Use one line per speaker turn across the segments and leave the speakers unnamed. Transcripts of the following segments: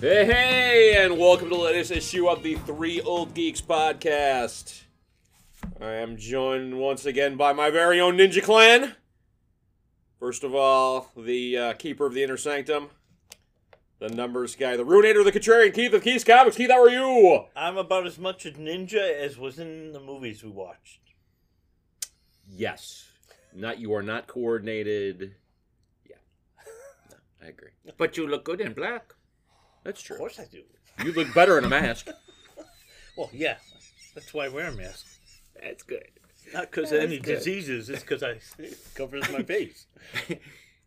Hey, hey, and welcome to the latest issue of the Three Old Geeks podcast. I am joined once again by my very own Ninja Clan. First of all, the uh, Keeper of the Inner Sanctum, the Numbers Guy, the Ruinator of the Contrarian, Keith of Keith's Comics. Keith, how are you?
I'm about as much a ninja as was in the movies we watched.
Yes. Not you are not coordinated. Yeah, I agree. But you look good in black. That's
Of
true.
course I do.
You look better in a mask.
Well, yeah, that's why I wear a mask.
That's good.
Not because of
That's
any
good.
diseases, it's because I it covers my face.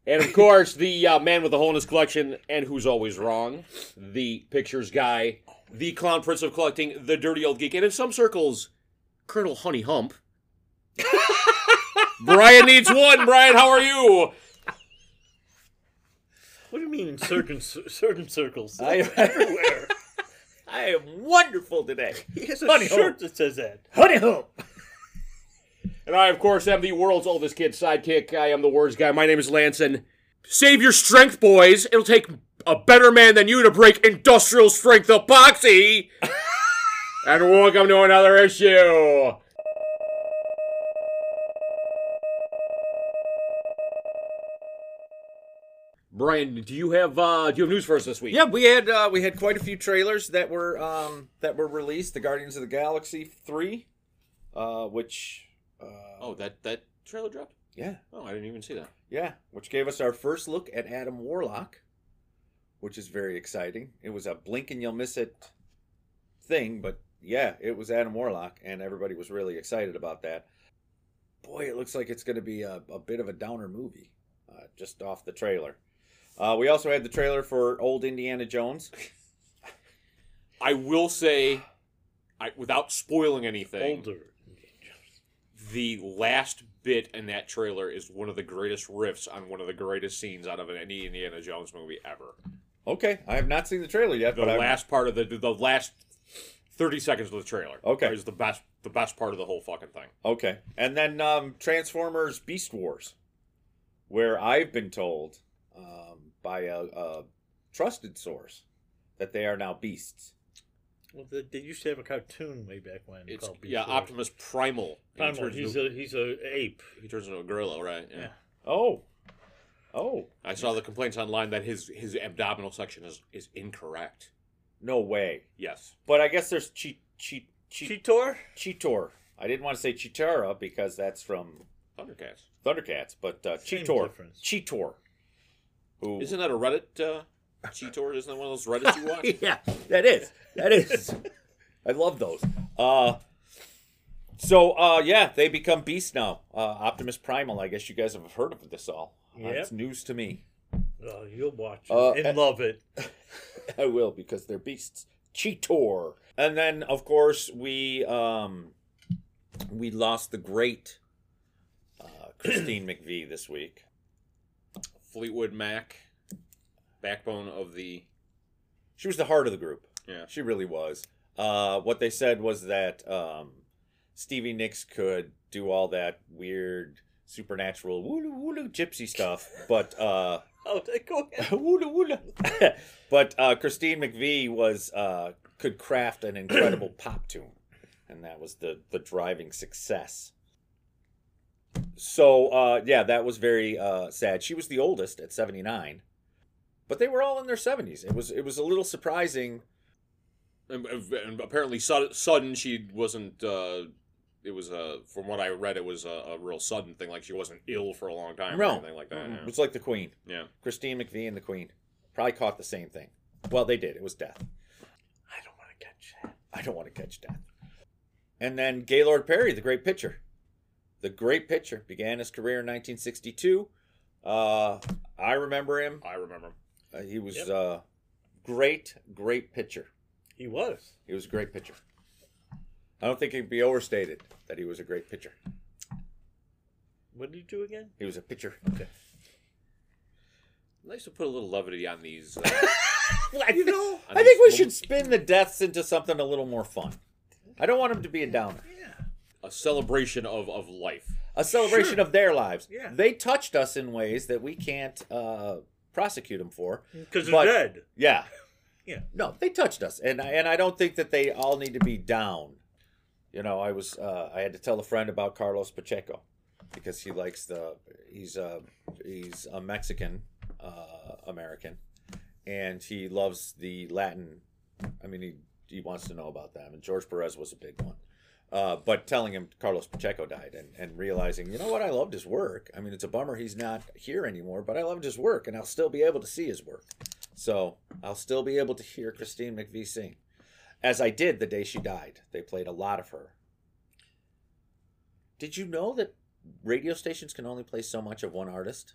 And of course, the uh, man with the hole in his collection, and who's always wrong, the pictures guy, the clown prince of collecting, the dirty old geek, and in some circles, Colonel Honey Hump. Brian needs one. Brian, how are you?
What do you mean in certain cir- certain circles?
I-
That's everywhere.
I am wonderful today.
He has a
Funny,
shirt that says that.
Honey Hump. And I, of course, am the world's oldest kid sidekick. I am the words guy. My name is Lanson. Save your strength, boys. It'll take a better man than you to break industrial strength epoxy. and welcome to another issue. Brian, do you have uh, do you have news for us this week?
Yeah, we had uh, we had quite a few trailers that were um, that were released. The Guardians of the Galaxy three, uh, which uh,
Oh, that that trailer dropped.
yeah
Oh, I didn't even see that.
yeah, which gave us our first look at Adam Warlock, which is very exciting. It was a blink and you'll miss it thing, but yeah, it was Adam Warlock, and everybody was really excited about that. Boy, it looks like it's going to be a, a bit of a downer movie, uh, just off the trailer. Uh, we also had the trailer for Old Indiana Jones.
I will say, I, without spoiling anything,
Older.
the last bit in that trailer is one of the greatest riffs on one of the greatest scenes out of any Indiana Jones movie ever.
Okay, I have not seen the trailer yet,
The
but I'm,
last part of the the last thirty seconds of the trailer.
Okay.
is the best the best part of the whole fucking thing.
Okay. And then um, Transformers Beast Wars, where I've been told um, by a, a trusted source that they are now beasts.
Well, they, they used to have a cartoon way back when
It's
called
yeah,
Beast Wars.
Optimus Primal. He
Primal.
turns
He's
into-
a he's a ape.
he turns into a gorilla, right? Yeah.
Yeah.
Oh. Oh.
I saw the complaints online that his his abdominal section is is incorrect.
No way.
Yes.
But I guess there's Cheat Cheat Cheat
Cheetor.
Cheetor. I didn't want to say Cheetara because that's from
Thundercats.
Thundercats, but uh,
Same
Cheetor.
difference.
Cheetor. Who?
Isn't that a Reddit uh, cheetor? Isn't that one of those Reddits you watch?
yeah, that is. That is. I love those. Uh so uh yeah, they become beasts now. Uh Optimus Primal, I guess you guys have heard of this all. Uh,
Yep.
it's news to me.
Oh, you'll watch it
Uh,
and
uh,
love it.
I will because they're beasts. Cheetor. And then of course we um we lost the great uh Christine McVie this week.
Fleetwood Mac, backbone of the
She was the heart of the group.
yeah.
She really was. Uh, what they said was that um, Stevie Nicks could do all that weird supernatural wooloo wooloo gypsy stuff, but uh,
Oh, they go ahead.
wooloo wooloo. but uh, Christine McVie was uh, could craft an incredible pop tune, and that was the the driving success. So uh, yeah, that was very uh, sad. She was the oldest at seventy nine, but they were all in their seventies. It was it was a little surprising
And, and apparently, sud- sudden she wasn't. Uh, it was uh, from what I read, it was a, a real sudden thing. Like she wasn't ill for a long time or
No. Mm-hmm.
anything like that.
It's like the Queen,
Mm-hmm. Yeah. yeah.
Christine McVie and the Queen. Probably caught the same thing. Well, they did. It was death.
I don't want to catch that.
I don't want to catch death. And then Gaylord Perry, the great pitcher. The great pitcher began his career in 1962. Uh, I remember him.
I remember.
Uh, he was
Yep.
uh, great, great pitcher.
He was.
He was a great pitcher. I don't think it can be overstated that he was a great pitcher.
What did he do again?
He was a pitcher.
Nice to put a little levity on these. Uh,
You know,
I
I think we
just-
should spin the deaths into something a little more fun. I don't want him to be a downer.
Yeah.
a celebration of of life.
a celebration of their lives.
Yeah.
They touched us in ways that we can't uh, prosecute them for.
Because they're
But-
dead.
Yeah. No, they touched us, and I, and I don't think that they all need to be down. You know, I was uh, I had to tell a friend about Carlos Pacheco because he likes the he's a he's a Mexican uh, American, and he loves the Latin. I mean, he he wants to know about them, and George Perez was a big one. Uh, but telling him Carlos Pacheco died and, and realizing, you know what, I loved his work. I mean, it's a bummer he's not here anymore, but I loved his work and I'll still be able to see his work. So I'll still be able to hear Christine McVie sing, as I did the day she died. They played a lot of her. Did you know that radio stations can only play so much of one artist?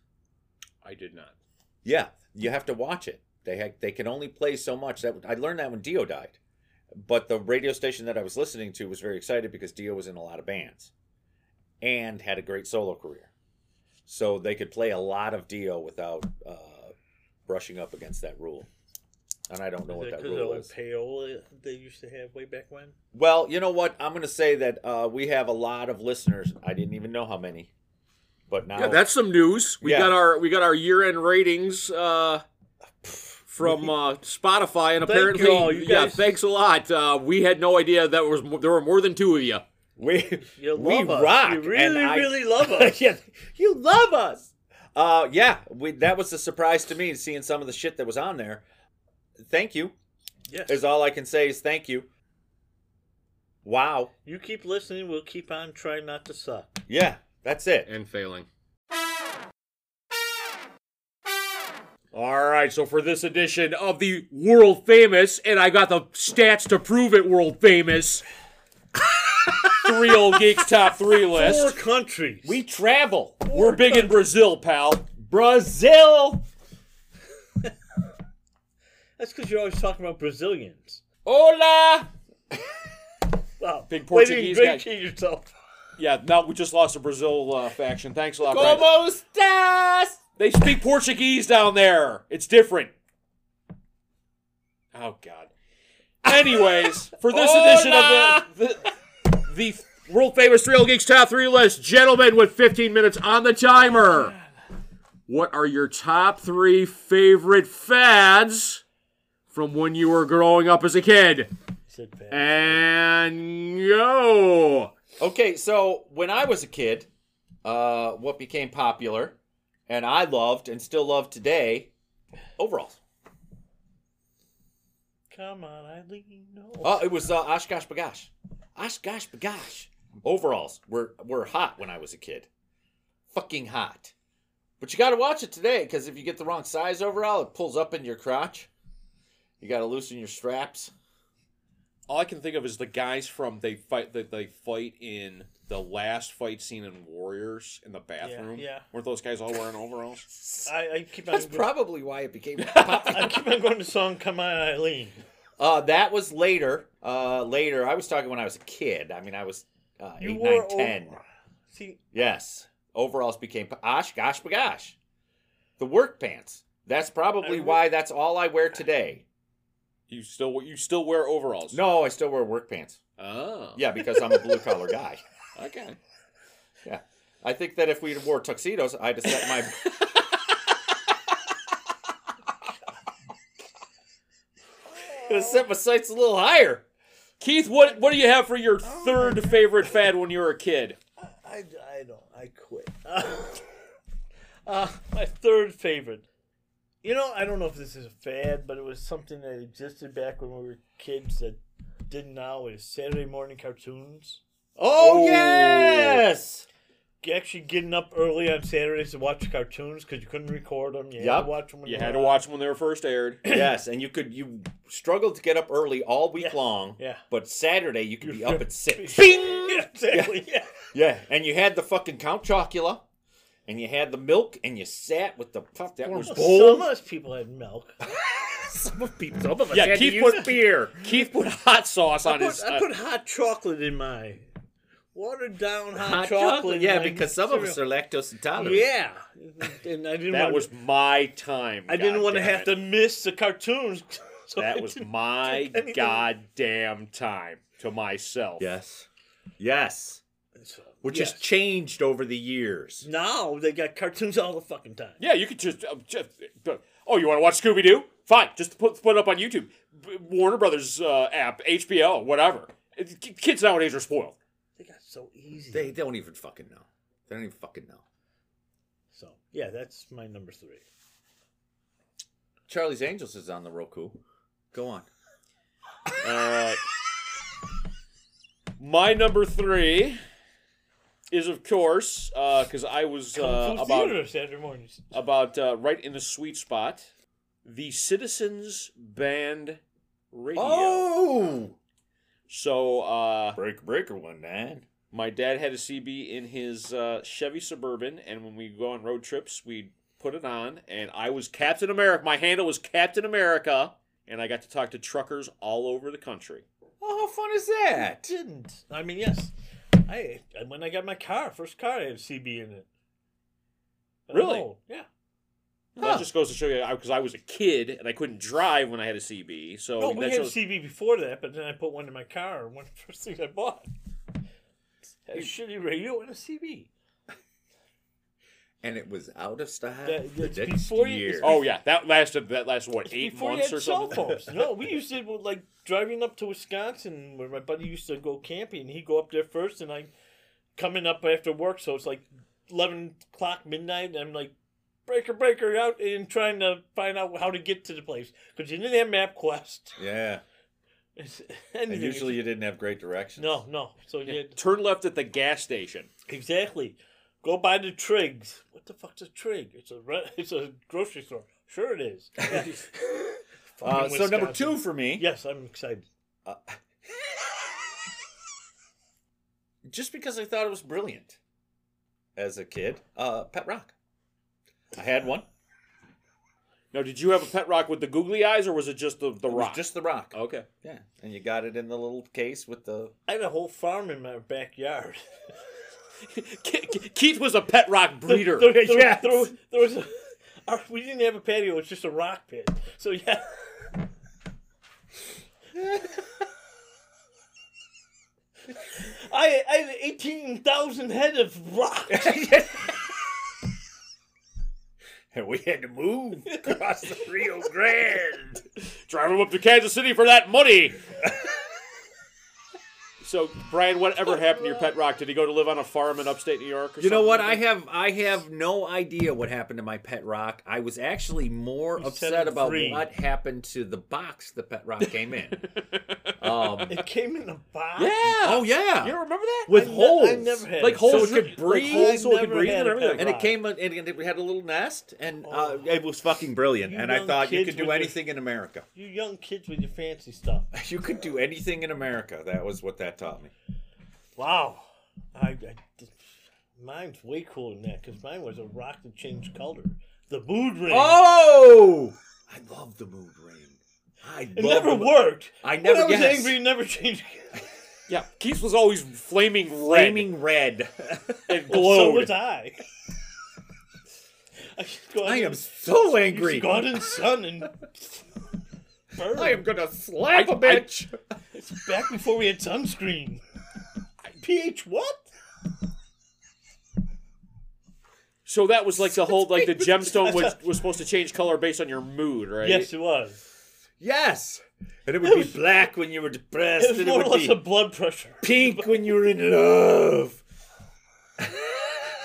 I did not.
Yeah, you have to watch it. They had, they can only play so much. That I learned that when Dio died, but the radio station that I was listening to was very excited because Dio was in a lot of bands, and had a great solo career, so they could play a lot of Dio without uh, brushing up against that rule. And I don't know what
Is that
that
because of the
rule
old payola
is.
they used to have way back when?
Well, you know what? I'm going to say that uh, we have a lot of listeners. I didn't even know how many, but now
Yeah, that's some news. We
Yeah.
got our we got our year end ratings uh, from uh, Spotify, and
Thank
apparently,
you all, you
yeah,
guys-
thanks a lot. Uh, we had no idea that was mo- there were more than two of you.
we
You love
we
us.
rock.
You
and
really,
I-
really love us.
yeah, you love us. Uh, yeah, we, that was a surprise to me seeing some of the shit that was on there. Thank you
Yes.
is all I can say is thank you. Wow.
You keep listening. We'll keep on trying not to suck.
Yeah, that's it.
and failing. All right, so for this edition of the world famous, and I got the stats to prove it world famous. three old geeks top three
Four
list.
countries.
We travel. We're big in Brazil, pal.
Brazil.
That's because you're always talking about Brazilians.
Hola.
Wow.
Big
Way to
Portuguese
drink
guy.
it yourself.
Yeah, now we just lost a Brazil uh, faction. Thanks a lot, Brad.
Como estas?
They speak Portuguese down there. It's different. Oh God. Anyways, for this edition of the the, the world famous Three Old Geeks Top Three list, gentlemen, with 15 minutes on the timer. What are your top three favorite fads from when you were growing up as a kid?
Said Pat.
And go.
Okay, so when I was a kid, uh, what became popular and I loved and still love today, overalls.
Come on, Eileen. No.
Oh, it was uh, Oshkosh Bagosh. Oshkosh Bagosh. Overalls were, were hot when I was a kid. Fucking hot. But you got to watch it today because if you get the wrong size overall, it pulls up in your crotch. You got to loosen your straps.
all I can think of is the guys from they fight that they fight in the last fight scene in Warriors in the bathroom.
yeah.
Weren't those guys all wearing overalls?
I, I keep on.
That's
go-
probably why it became popular.
I keep on going to song "Come On, Eileen."
Uh, that was later. Uh, later. I was talking when I was a kid. I mean, I was uh,
You
eight,
wore
nine, ten.
over- See,
Yes. Overalls became osh, gosh, bagosh. The work pants. That's probably
I-
why that's all I wear today.
you still you still wear overalls?
No, I still wear work pants.
Oh.
Yeah, because I'm a blue collar guy.
Okay.
I think that if we wore tuxedos, I'd have set my. I'd have set my sights a little higher.
Keith, what what do you have for your
Oh
third favorite fad when you were a kid?
I, I don't. I quit. uh, my third favorite. You know, I don't know if this is a fad, but it was something that existed back when we were kids that didn't now is Saturday morning cartoons.
Oh,
Oh.
yes.
Actually, getting up early on Saturdays to watch cartoons because you couldn't record them. You had
Yup.
to watch them. When
You
they
had to
were on.
watch them when they were first aired.
yes, and you could you struggled to get up early all week
Yeah.
long.
Yeah.
But Saturday you could be up at six.
Bing! exactly. Yeah.
Yeah, and you had the fucking Count Chocula, and you had the milk, and you sat with the puff that was
Some
bold.
of us people had milk.
Some of people, some of us
Yeah,
had to
Keith
use
put-
beer.
Keith put hot sauce
I
on
put,
his.
I
uh,
put hot chocolate in my watered down hot,
Hot
chocolate.
chocolate,
in
yeah,
my
because some of us are
cereal.
lactose intolerant.
Yeah, and I didn't.
that
want,
was uh, my time.
I didn't want to
goddamn
have
it.
to miss the cartoons. so I
That was
didn't-
my
drink anything.
goddamn time to myself.
Yes, yes,
so,
which
yes.
has changed over the years.
now they got cartoons all the fucking time.
um, Yeah, you could just, uh, just uh, oh, you want to watch Scooby Doo? Fine, just put put it up on YouTube, B- Warner Brothers uh, app, HBO, whatever. It- k- Kids nowadays are spoiled.
They got so easy.
They don't even fucking know. They don't even fucking know.
so yeah, that's my number three.
Charlie's Angels is on the Roku. Go on.
All right. My number three is, of course, because I was uh,
Kung Fu
about
theater Saturday mornings.
about uh, right in the sweet spot. The Citizens Band Radio.
Oh,
So uh,
break breaker one nine.
my dad had a CB in his uh, Chevy Suburban, and when we go on road trips, we'd put it on, and I was Captain America. My handle was Captain America, and I got to talk to truckers all over the country.
Oh, how fun is that?
Didn't I mean yes? I I- when I got my car, first car, I had CB in it. I don't
Really?
know. Yeah.
That just goes to show you, because I, was a kid and I couldn't drive when I had a CB. So
No,
that
we had
shows-
CB before that, but then I put one in my car. One of the first thing I bought. Had a shitty radio and a CB.
And it was out of style
That-
the
that's
next
before you-
year.
Oh yeah, that lasted. That lasted what eight
Before
months
they
or
had cell
something.
phones. no, we used to well, like driving up to Wisconsin where my buddy used to go camping. He'd go up there first, and I coming up after work, so it's like eleven o'clock midnight. And I'm like breaker breaker out and trying to find out how to get to the place because you didn't have MapQuest.
yeah.
It's-
And
anything.
usually you didn't have great directions.
no, no. So you had,
Turn left at the gas station.
exactly go by the Triggs. What the fuck's a Trig? It's a re- it's a grocery store. Sure it is. Yeah.
Uh,
Fucking
so number
Wisconsin.
two for me.
Yes, I'm excited.
Uh, just because I thought it was brilliant as a kid. Uh, Pet Rock. I had one.
Now, did you have a pet rock with the googly eyes, or was it just the the
It was
rock? Oh.
Just the rock.
okay.
Yeah, and you got it in the little case with the.
I had a whole farm in my backyard.
Ke- Keith was a pet rock breeder.
There, there-
Yes.
there was- there was a, our- we didn't have a patio. It was just a rock pit. So yeah, I, I had eighteen thousand head of rock.
and we had to move across the Rio Grande.
Drive him up to Kansas City for that money. so, Brian, whatever happened to your pet rock? Did he go to live on a farm in upstate New York? Or
You know
something
what?
like
I
that?
have I have no idea what happened to my pet rock. I was actually more
said
upset about
three.
what happened to the box the pet rock came in. um,
It came in a box.
Yeah.
oh yeah,
You don't remember that?
with
I ne- I
holes,
never had
like
it.
So
holes
it
could
could- like
breathe,
holes so it
I
could
never
breathe
had
and
a pet
everything.
and it
rock.
came and and it had a little nest, and
Oh.
uh, it was fucking brilliant.
You
and I
young
thought you
kids
could do
with your-
anything in America.
You young kids with your fancy stuff.
You could do anything in America. That was what that taught me.
Wow. I, I, mine's way cooler than that because mine was a rock that changed color. The mood ring.
Oh, I love the mood ring. I
it
love
never
the-
worked.
I
When
never
I was
yes.
angry, it never changed.
yeah, Keith was always flaming red.
Flaming red.
It
So
glowed.
was I. I, should go out
I am
and-
so
you should
angry.
Go out in the sun and burn.
I am gonna slap a bitch.
It's back before we had sunscreen. PH what?
so that was like the whole like the gemstone was was supposed to change color based on your mood, right?
Yes, it was.
yes. And it would be black when you were depressed.
It was
and
more or
it would
less
be
a blood pressure.
pink when you were in love.
I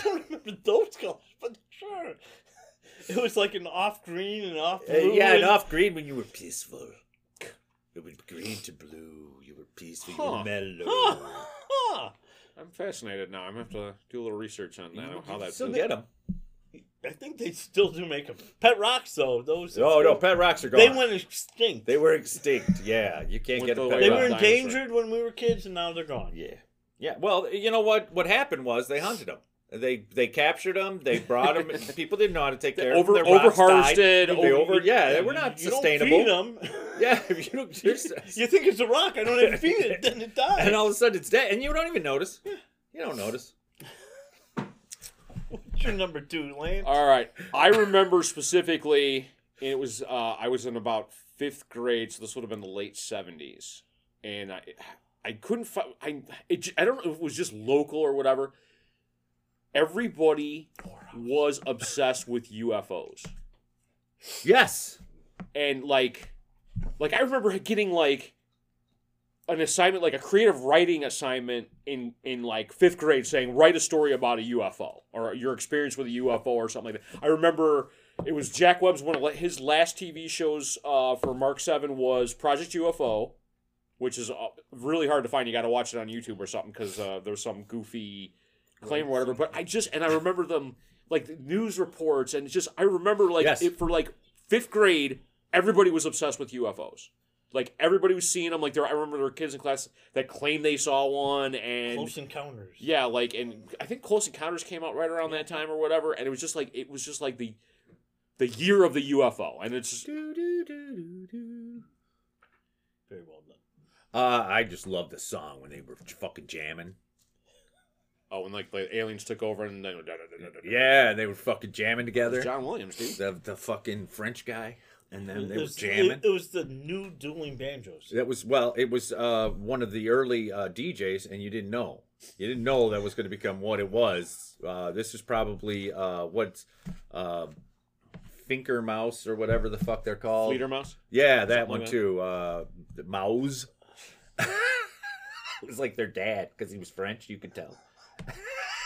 don't remember those colors, but sure. It was like an off green and off
Uh,
blue.
yeah, and
and-
off green when you were peaceful. It was green to blue. You were peaceful.
Huh.
You were mellow.
Huh, huh.
I'm fascinated now. I'm gonna have to do a little research on that. how that
Still
feels.
get them.
I think they still do make them. Pet rocks, though. Those.
Oh no, pet rocks are gone.
They went extinct.
They were extinct. Yeah, you can't
Went
get a
the
pet
way Right.
They were
rock.
Dinosaur.
endangered when we were kids, and now they're gone.
Yeah. Yeah. Well, you know what? What happened was they hunted them. They they captured them. They brought them. people didn't know how to take care
over-
of them. Their rocks
overharvested,
died. They
over-
over. Yeah, they were not
you
sustainable.
Don't feed them.
Yeah. if you don't, you're, s-
you think it's a rock? I don't have to feed it. Then it dies.
and all of a sudden it's dead, and you don't even notice. You don't notice.
What's your number two, Lance?
All right. I remember specifically, and it was uh, I was in about fifth grade, so this would have been the late seventies, and I I couldn't find I it, j- I don't know if it was just local or whatever. Everybody was obsessed with UFOs.
Yes.
and like like I remember getting like an assignment like a creative writing assignment in in like 5th grade saying write a story about a UFO or your experience with a UFO or something like that. I remember it was Jack Webb's one of la- his last TV shows uh, for Mark 7 was Project UFO which is uh, really hard to find. You got to watch it on YouTube or something because uh, there's some goofy claim or whatever. But I just and I remember them like the news reports and it's just I remember like
Yes.
it for like fifth grade, everybody was obsessed with UFOs. Like everybody was seeing them. Like there, I remember there were kids in class that claimed they saw one and.
Close encounters.
yeah, like and I think Close Encounters came out right around that time or whatever, and it was just like it was just like the the year of the UFO, and it's just,
Very well done.
Uh, I just love the song when they were fucking jamming.
oh, and like the aliens took over and then
Yeah, they were fucking jamming together.
John Williams, dude.
The, the fucking French guy, and then they
it
were
was,
jamming.
It, it was the new dueling banjos.
That was well, it was uh, one of the early uh, DJs, and you didn't know. You didn't know that was going to become what it was. Uh, this is probably uh, what's uh, Finker Mouse or whatever the fuck they're called.
Leader Mouse.
Yeah, that one
like that.
too. Uh, Mouse. it was like their dad because he was French. You could tell.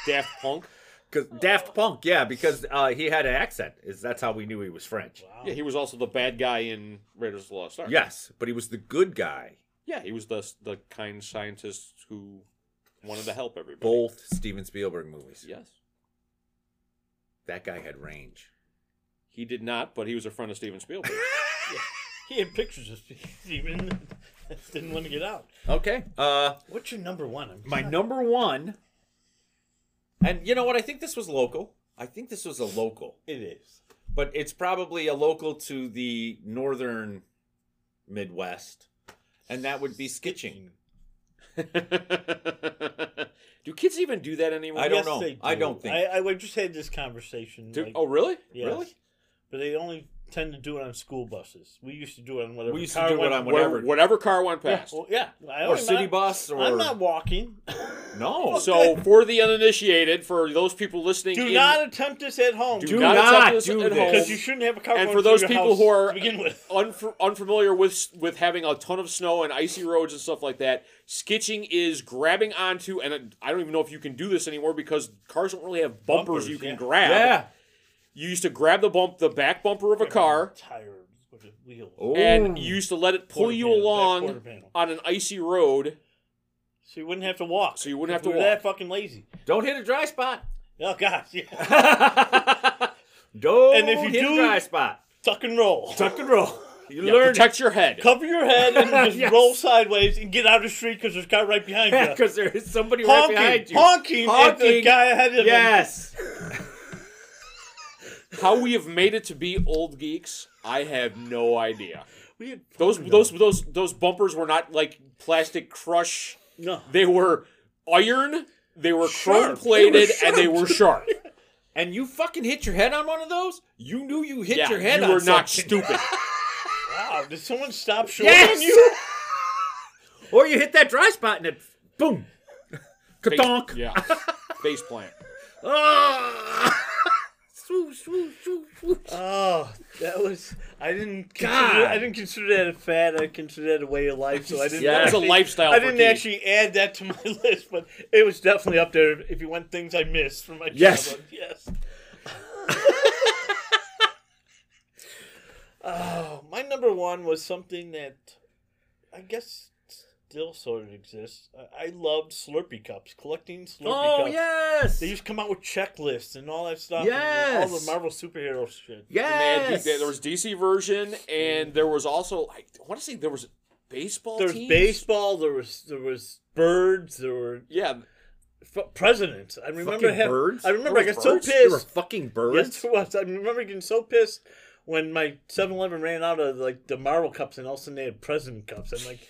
Daft Punk.
Because Daft Punk, yeah, because uh, he had an accent. Is that's how we knew he was French.
Wow.
Yeah, he was also the bad guy in Raiders of the Lost Ark.
Yes, but he was the good guy.
yeah, he was the the kind scientist who wanted to help everybody.
Both Steven Spielberg movies.
Yes,
That guy had range.
he did not, but he was a friend of Steven Spielberg.
He had pictures of Steven. Didn't want to get out.
Okay. Uh,
What's your number one? I'm
my number one, and you know what? I think this was local. I think this was a local,
It is.
but it's probably a local to the northern Midwest, and that would be skitching.
do kids even do that anymore?
I don't
Yes,
know.
they
I
do.
don't think-
I, I we just had this conversation.
Do-
like,
oh, really?
yes.
Really?
But they only tend to do it on school buses. We used to do it on whatever.
We used to
car
do it
went-
on
Where-
Whatever.
Whatever, car went
Yeah,
past.
well, yeah. I
Or
don't-
city
I'm not-
bus, or
I'm not walking.
no.
so for the uninitiated, for those people listening,
Do
in-
not attempt this at home.
do
Do
not,
not
attempt this
do
at
this.
home.
because you shouldn't have a car.
and
going
for
through
those
your
people
house
who are
to begin with,
unf- unfamiliar with with having a ton of snow and icy roads and stuff like that, skitching is grabbing onto, and I don't even know if you can do this anymore because cars don't really have bumpers,
Bumpers,
you can
yeah.
grab.
yeah.
You used to grab the bump, the back bumper of a car,
tired with the wheel.
and you used to let it pull
Quarter
you
panel, back quarter
along
panel.
on an icy road.
so you wouldn't have to walk.
So you wouldn't
If
have to
we were
walk.
That fucking lazy.
Don't hit a dry spot.
Oh gosh, yeah.
Don't
And if you
hit
do-
a dry spot.
Tuck and roll.
Tuck and roll. You
Yeah,
learn
protect your head.
Cover your head and just
Yes.
roll sideways and get out of the street because there's a guy right behind you.
because there is somebody
honking,
right behind you.
honking, at the
Honking.
guy ahead of him.
Yes.
How we have made it to be old geeks, I have no idea.
We had
Those those those those bumpers were not like plastic crush.
no.
They were iron, they were chrome
Sharp.
plated,
They were
and they were sharp.
And you fucking hit your head on one of those? You knew you hit
yeah,
your head
you
on
were not
something.
stupid.
Wow, did someone stop short
Yes.
on you?
or you hit that dry spot and it boom.
Face-
Kadonk.
Yeah. Face plant.
Ah. Swoo, swoo, swoo, swoo.
Oh, that was I didn't consider,
God.
I didn't consider that a fad. I considered that a way of life. So I didn't.
Yeah.
That was a
actually-
lifestyle.
I
for
didn't
Keith.
actually add that to my list, but it was definitely up there. If you want things I missed from my
Yes.
childhood, yes. oh, my number one was something that I guess still sort of exists. I, I loved Slurpee cups, collecting Slurpee
Oh
cups.
yes.
They used to come out with checklists and all that stuff. and all
Yes.
the Marvel superhero shit.
And they had
yes.
D- there was DC version, and there was also I want to say there was baseball.
There was
teams?
baseball. There was there was birds. There were
Yeah,
f- presidents. I remember
Fucking
having-
birds?
I remember I
There was
got so
birds?
pissed.
They were fucking birds.
Yes, it was. I remember getting so pissed when my 7-Eleven ran out of like the Marvel cups, and all of a sudden they had President cups. I'm like,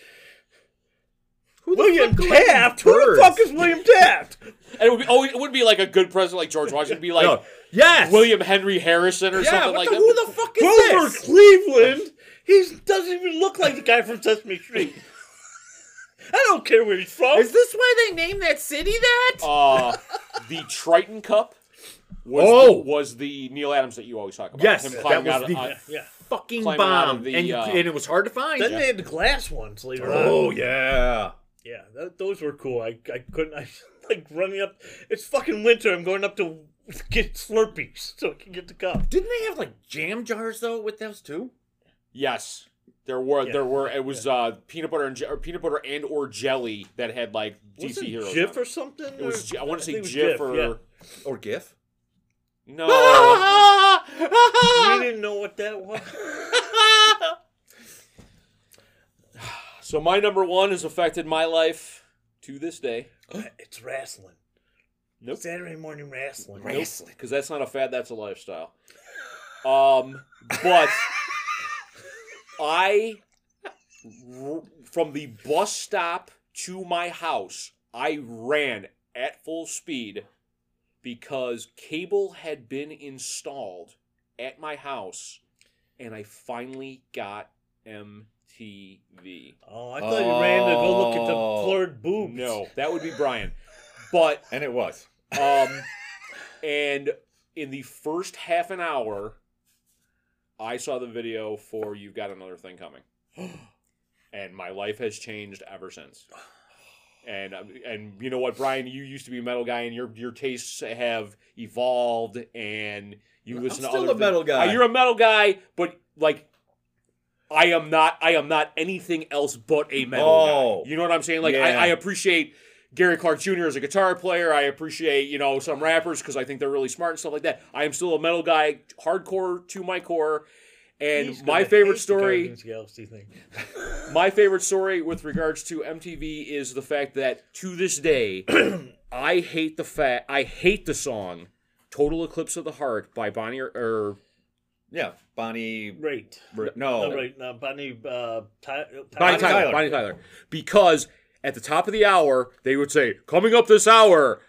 Who the
William
fuck collected
Taft. Who the
birds?
fuck is William Taft?
and it would be oh, it would be like a good president like George Washington. It'd be like
No. Yes.
William Henry Harrison or
Yeah.
something
what
like
the,
that.
who the fuck is
Grover
this?
Cleveland. He doesn't even look like the guy from Sesame Street. I don't care where he's from.
Is this why they named that city that?
uh, the Triton Cup was
Oh.
Oh!
the, was the Neil Adams that you always talk about.
Yes,
him
that
climbing
was
out,
the-
on-
yeah,
fucking
Climbing out
bomb,
of the,
and, you-
uh,
and it was hard to find.
Then they had the glass ones later
Oh
on.
yeah,
Yeah, that, those were cool. I, I couldn't, I like running up. It's fucking winter. I'm going up to get Slurpees so I can get the cup.
didn't they have like jam jars though with those too?
Yes, there were
Yeah.
there were it was uh, peanut butter and je- or peanut butter and or jelly that had like DC
Was it
heroes.
GIF
on it.
or something?
It was J- I want to say
think it was
GIF,
GIF,
or
yeah.
Or GIF?
no.
We didn't know what that was.
so my number one has affected my life to this day.
it's wrestling.
Nope.
Saturday morning wrestling.
Wrestling.
because that's not a fad that's a lifestyle um but i r- from the bus stop to my house i ran at full speed because cable had been installed at my house and i finally got mtv
Oh, I thought you ran to go look at the
Oh.
blurred boobs.
no that would be brian but
And it was.
um, and in the first half an hour, I saw the video for "You've Got Another Thing Coming," and my life has changed ever since. And um, and you know what, Brian, you used to be a metal guy, and your your tastes have evolved, and you
I'm
listen to
still
other
a metal
things.
guy.
Uh, You're a metal guy, but like. I am not. I am not anything else but a metal
Oh.
guy. You know what I'm saying? Like
Yeah.
I, I appreciate Gary Clark Jr. as a guitar player. I appreciate, you know, some rappers because I think they're really smart and stuff like that. I am still a metal guy, hardcore to my core. And
He's
my
gonna hate
favorite
the
story,
Guardians of the Galaxy thing.
my favorite story with regards to MTV is the fact that to this day, I hate the fact I hate the song "Total Eclipse of the Heart" by Bonnie or, or
Yeah, Bonnie.
Right.
Br- no,
No, right. No, Bonnie. Uh, Ty-
Oh. Bonnie Tyler,
Bonnie
Tyler.
Bonnie Tyler, because at the top of the hour they would say, "Coming up this hour,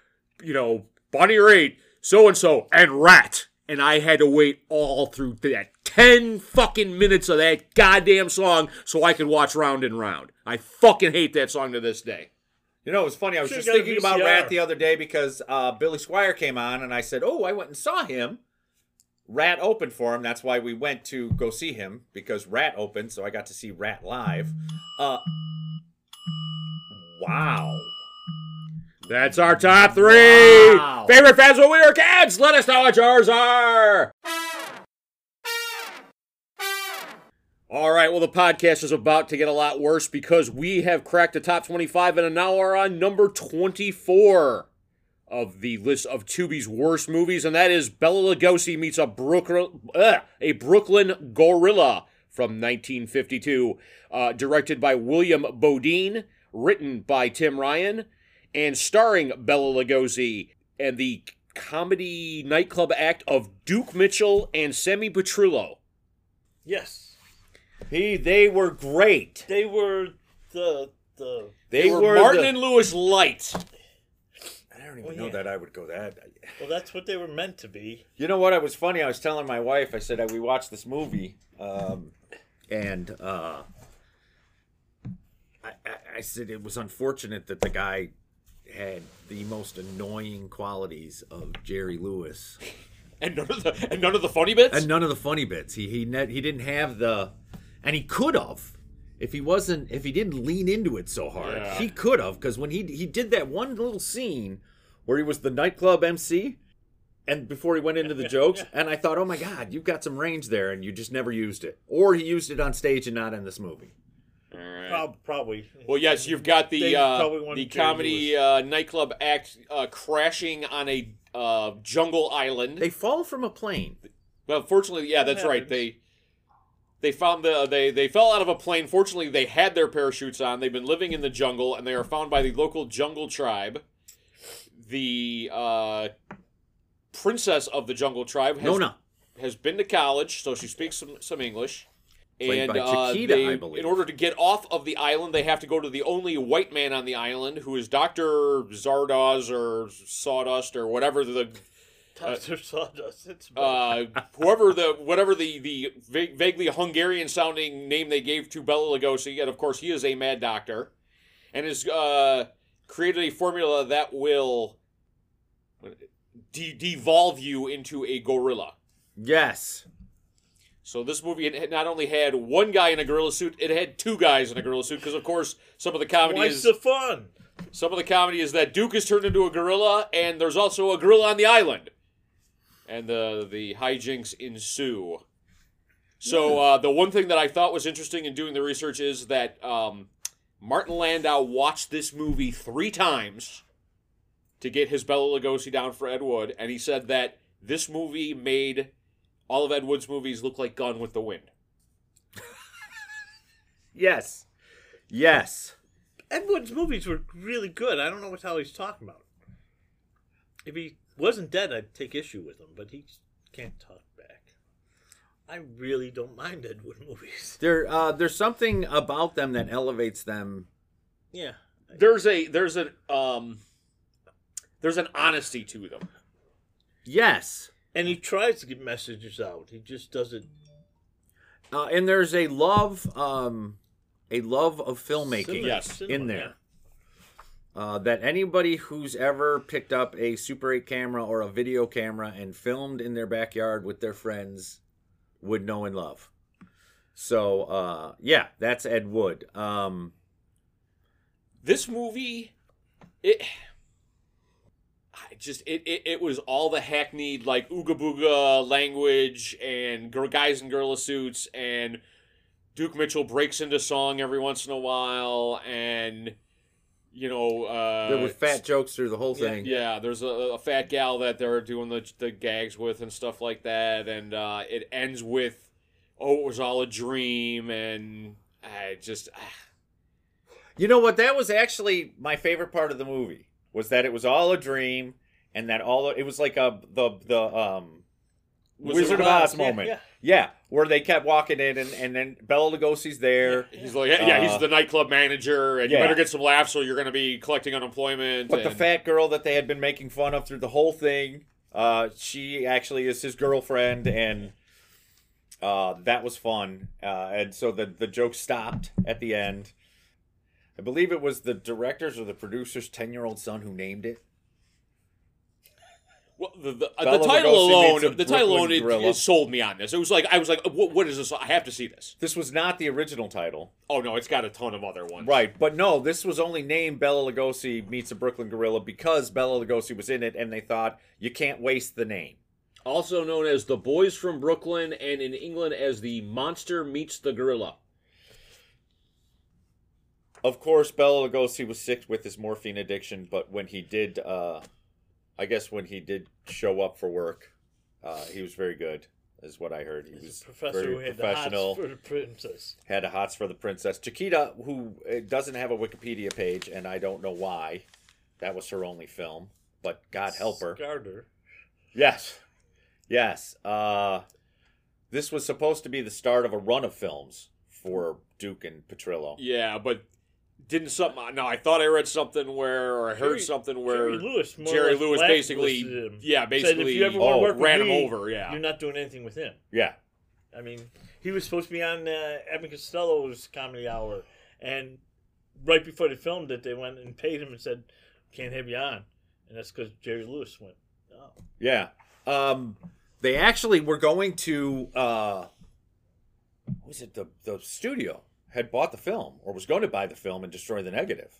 you know, Bonnie Raitt, so and so, and Rat," and I had to wait all through that ten fucking minutes of that goddamn song so I could watch Round and Round. I fucking hate that song to this day.
You know, it was funny. I was
Should've
just
got a
thinking about
VCR.
Rat the other day because uh, Billy Squire came on, and I said, "Oh, I went and saw him." Rat opened for him. That's why we went to go see him because Rat opened, so I got to see Rat live. Uh, wow.
That's our top three
Wow.
favorite fans when we were kids. Let us know what yours are. All right, well, the podcast is about to get a lot worse because we have cracked the top 25 and now are on number 24 of the list of Tubi's worst movies, and that is Bella Lugosi meets a, Brook- ugh, a Brooklyn gorilla from 1952, uh, directed by William Bodine, written by Tim Ryan, and starring Bella Lugosi and the comedy nightclub act of Duke Mitchell and Semi Petrillo.
Yes,
He, they were great.
they were the the.
They, were, Martin and Lewis light.
I don't even
Well,
know
Oh, yeah.
that I would go that. uh,
Well, that's what they were meant to be.
You know what? I was funny. I was telling my wife. I said "Uh, we watched this movie, um, and uh, I, I, I said it was unfortunate that the guy had the most annoying qualities of Jerry Lewis,
And none of the and none of the funny bits.
and none of the funny bits. He he ne- he didn't have the, and he could have. If he wasn't, if he didn't lean into it so hard,
Yeah.
he could have. Because when he he did that one little scene where he was the nightclub MC, and before he went into the jokes, and I thought, oh my god, you've got some range there, and you just never used it, or he used it on stage and not in this movie.
Prob- probably.
Well, yes, you've got the
They probably
uh,
wanted
the
Jerry
comedy
Lewis.
uh, nightclub act uh, crashing on a uh, jungle island.
They fall from a plane.
well, fortunately, yeah,
That
that's right.
happens.
They they found the they they fell out of a plane. Fortunately, they had their parachutes on. They've been living in the jungle, and they are found by the local jungle tribe. The uh, princess of the jungle tribe has
Nona.
has been to college, so she speaks some, some English.
Played
and
by
uh,
Chiquita,
they-
I believe.
in order to get off of the island, they have to go to the only white man on the island, who is Doctor Zardoz or Sawdust or whatever the
Dr. Sawdust. It's bad.
uh, whoever the whatever the the va- vaguely Hungarian sounding name they gave to Bela Lugosi, and of course he is a mad doctor, and has uh, created a formula that will de- devolve you into a gorilla.
Yes.
So this movie had not only had one guy in a gorilla suit, it had two guys in a gorilla suit because, of course, some of the comedy
What's
is
the fun?
some of the comedy is that Duke is turned into a gorilla, and there's also a gorilla on the island, and the the hijinks ensue. So uh, the one thing that I thought was interesting in doing the research is that um, Martin Landau watched this movie three times to get his Bela Lugosi down for Ed Wood, and he said that this movie made all of Ed Wood's movies look like Gone with the Wind.
Yes. Yes.
Ed Wood's movies were really good. I don't know what how he's talking about. If he wasn't dead, I'd take issue with him, but he can't talk back. I really don't mind Ed Wood movies.
There, uh, there's something about them that elevates them.
Yeah.
There's a there's an um, there's an honesty to them.
Yes.
And he tries to get messages out. He just doesn't.
Uh, and there's a love, um, a love of filmmaking.
Cinema-
yes,
cinema,
in there.
yeah.
uh, that anybody who's ever picked up a Super 8 camera or a video camera and filmed in their backyard with their friends would know and love. So, uh, yeah, that's Ed Wood. Um,
this movie it I just it, it, it was all the hackneyed like ooga booga language and gir- guys in gorilla suits and Duke Mitchell breaks into song every once in a while and you know uh,
there were fat jokes through the whole
yeah,
thing.
yeah, there's a, a fat gal that they're doing the, the gags with and stuff like that, and uh, it ends with, "Oh, it was all a dream," and I just
You know what? That was actually my favorite part of the movie was that it was all a dream and that all it was like a the the um Wizard, of Oz, moment.
yeah.
Yeah, where they kept walking in and and then Bela Lugosi's there.
He's like, yeah, yeah,
Uh,
he's the nightclub manager, and you
yeah.
better get some laughs or you're going to be collecting unemployment.
But the
and-
fat girl that they had been making fun of through the whole thing, uh, she actually is his girlfriend, and uh, that was fun. Uh, and so the the joke stopped at the end. I believe it was the director's or the producer's ten year old son who named it.
Well, the, the, uh,
Bela
the title
Lugosi
alone,
meets a
the title alone,
Brooklyn
it,
gorilla.
it sold me on this. It was like I was like, what, what is this? I have to see this.
This was not the original title,
Oh no, it's got a ton of other ones.
right? But no, this was only named Bella Lugosi meets a Brooklyn Gorilla because Bella Lugosi was in it, and they thought you can't waste the name.
Also known as the Boys from Brooklyn, and in England as the Monster meets the Gorilla.
of course, Bela Lugosi was sick with his morphine addiction, but when he did, uh, I guess when he did show up for work, uh, he was very good, is what I heard. He
He's
was
a professor
very
who had
professional.
the hots for the princess.
had a hots for the princess Chiquita, who uh, doesn't have a Wikipedia page, and I don't know why. That was her only film, but God help her.
Scarred her.
Yes. Yes. Uh, this was supposed to be the start of a run of films for Duke and Petrillo.
Yeah, but didn't something? No, I thought I read something where, or I heard
Jerry-
something where
Jerry Lewis, more or
Jerry
less
Lewis basically,
blacklisted him.
yeah,
Said, if
basically
you ever want
oh,
to work with
ran him
me,
over. Yeah,
You're not doing anything with him.
Yeah.
I mean, he was supposed to be on uh, Evan Costello's Comedy Hour, and right before they filmed it, they went and paid him and said, "Can't have you on," and that's because Jerry Lewis went. Oh,
Yeah. Um, they actually were going to uh, what was it the the studio had bought the film or was going to buy the film and destroy the negative,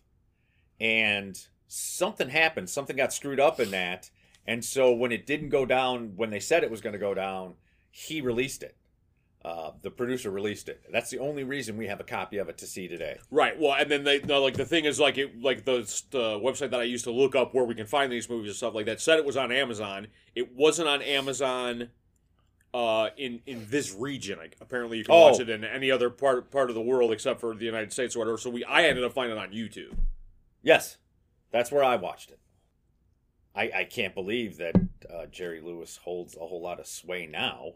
and something happened. Something got screwed up in that, and so when it didn't go down when they said it was going to go down, he released it. Uh, the producer released it. That's the only reason we have a copy of it to see today.
Right. Well, and then they no, like the thing is like it like the uh, website that I used to look up where we can find these movies and stuff like that said it was on Amazon. It wasn't on Amazon uh, in in this region. Like, apparently, you can watch
Oh.
it in any other part part of the world except for the United States or whatever. So we I ended up finding it on YouTube.
Yes, that's where I watched it. I, I can't believe that uh, Jerry Lewis holds a whole lot of sway now.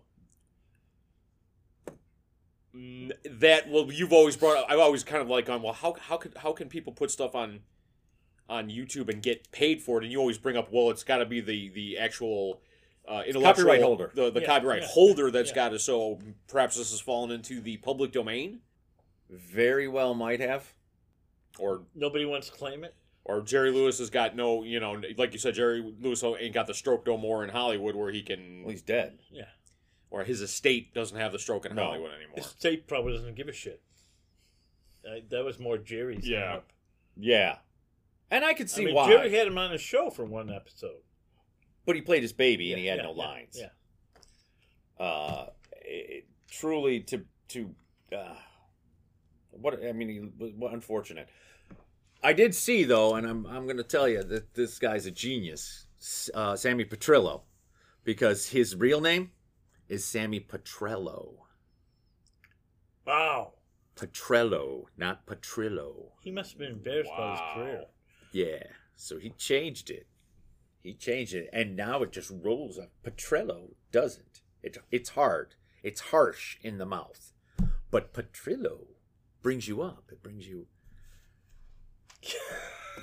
Mm, That well, you've always brought. up I've always kind of like on. Well, how how could how can people put stuff on on YouTube and get paid for it? And you always bring up, well, it's got to be the the actual uh, intellectual
Copyright holder.
the, the
Yeah,
copyright
yeah,
holder that's
yeah.
got to. So perhaps this has fallen into the public domain,
Very well might have.
or
nobody wants to claim it.
or Jerry Lewis has got no, you know, like you said, Jerry Lewis ain't got the stroke no more in Hollywood where he can.
Well, he's dead.
Yeah,
or his estate doesn't have the stroke in
No.
Hollywood anymore.
The state probably doesn't give a shit. I, that was more Jerry's.
Yeah.
hang-up.
Yeah. And I could
I
see
mean,
why.
Jerry had him on the show for one episode.
but he played his baby and he had
Yeah,
no
yeah,
lines.
Yeah.
Uh, it, truly to to uh, what I mean, he was- what unfortunate. I did see though, and I'm I'm going to tell you that this guy's a genius, S- uh, Sammy Petrillo, because his real name is Sammy Petrello.
Wow.
Petrello, not Petrillo.
He must have been embarrassed
Wow.
by his career.
Yeah. So he changed it. He changed it, and now it just rolls up. Petrello doesn't. It, it's hard. It's harsh in the mouth, but Petrillo brings you up. It brings you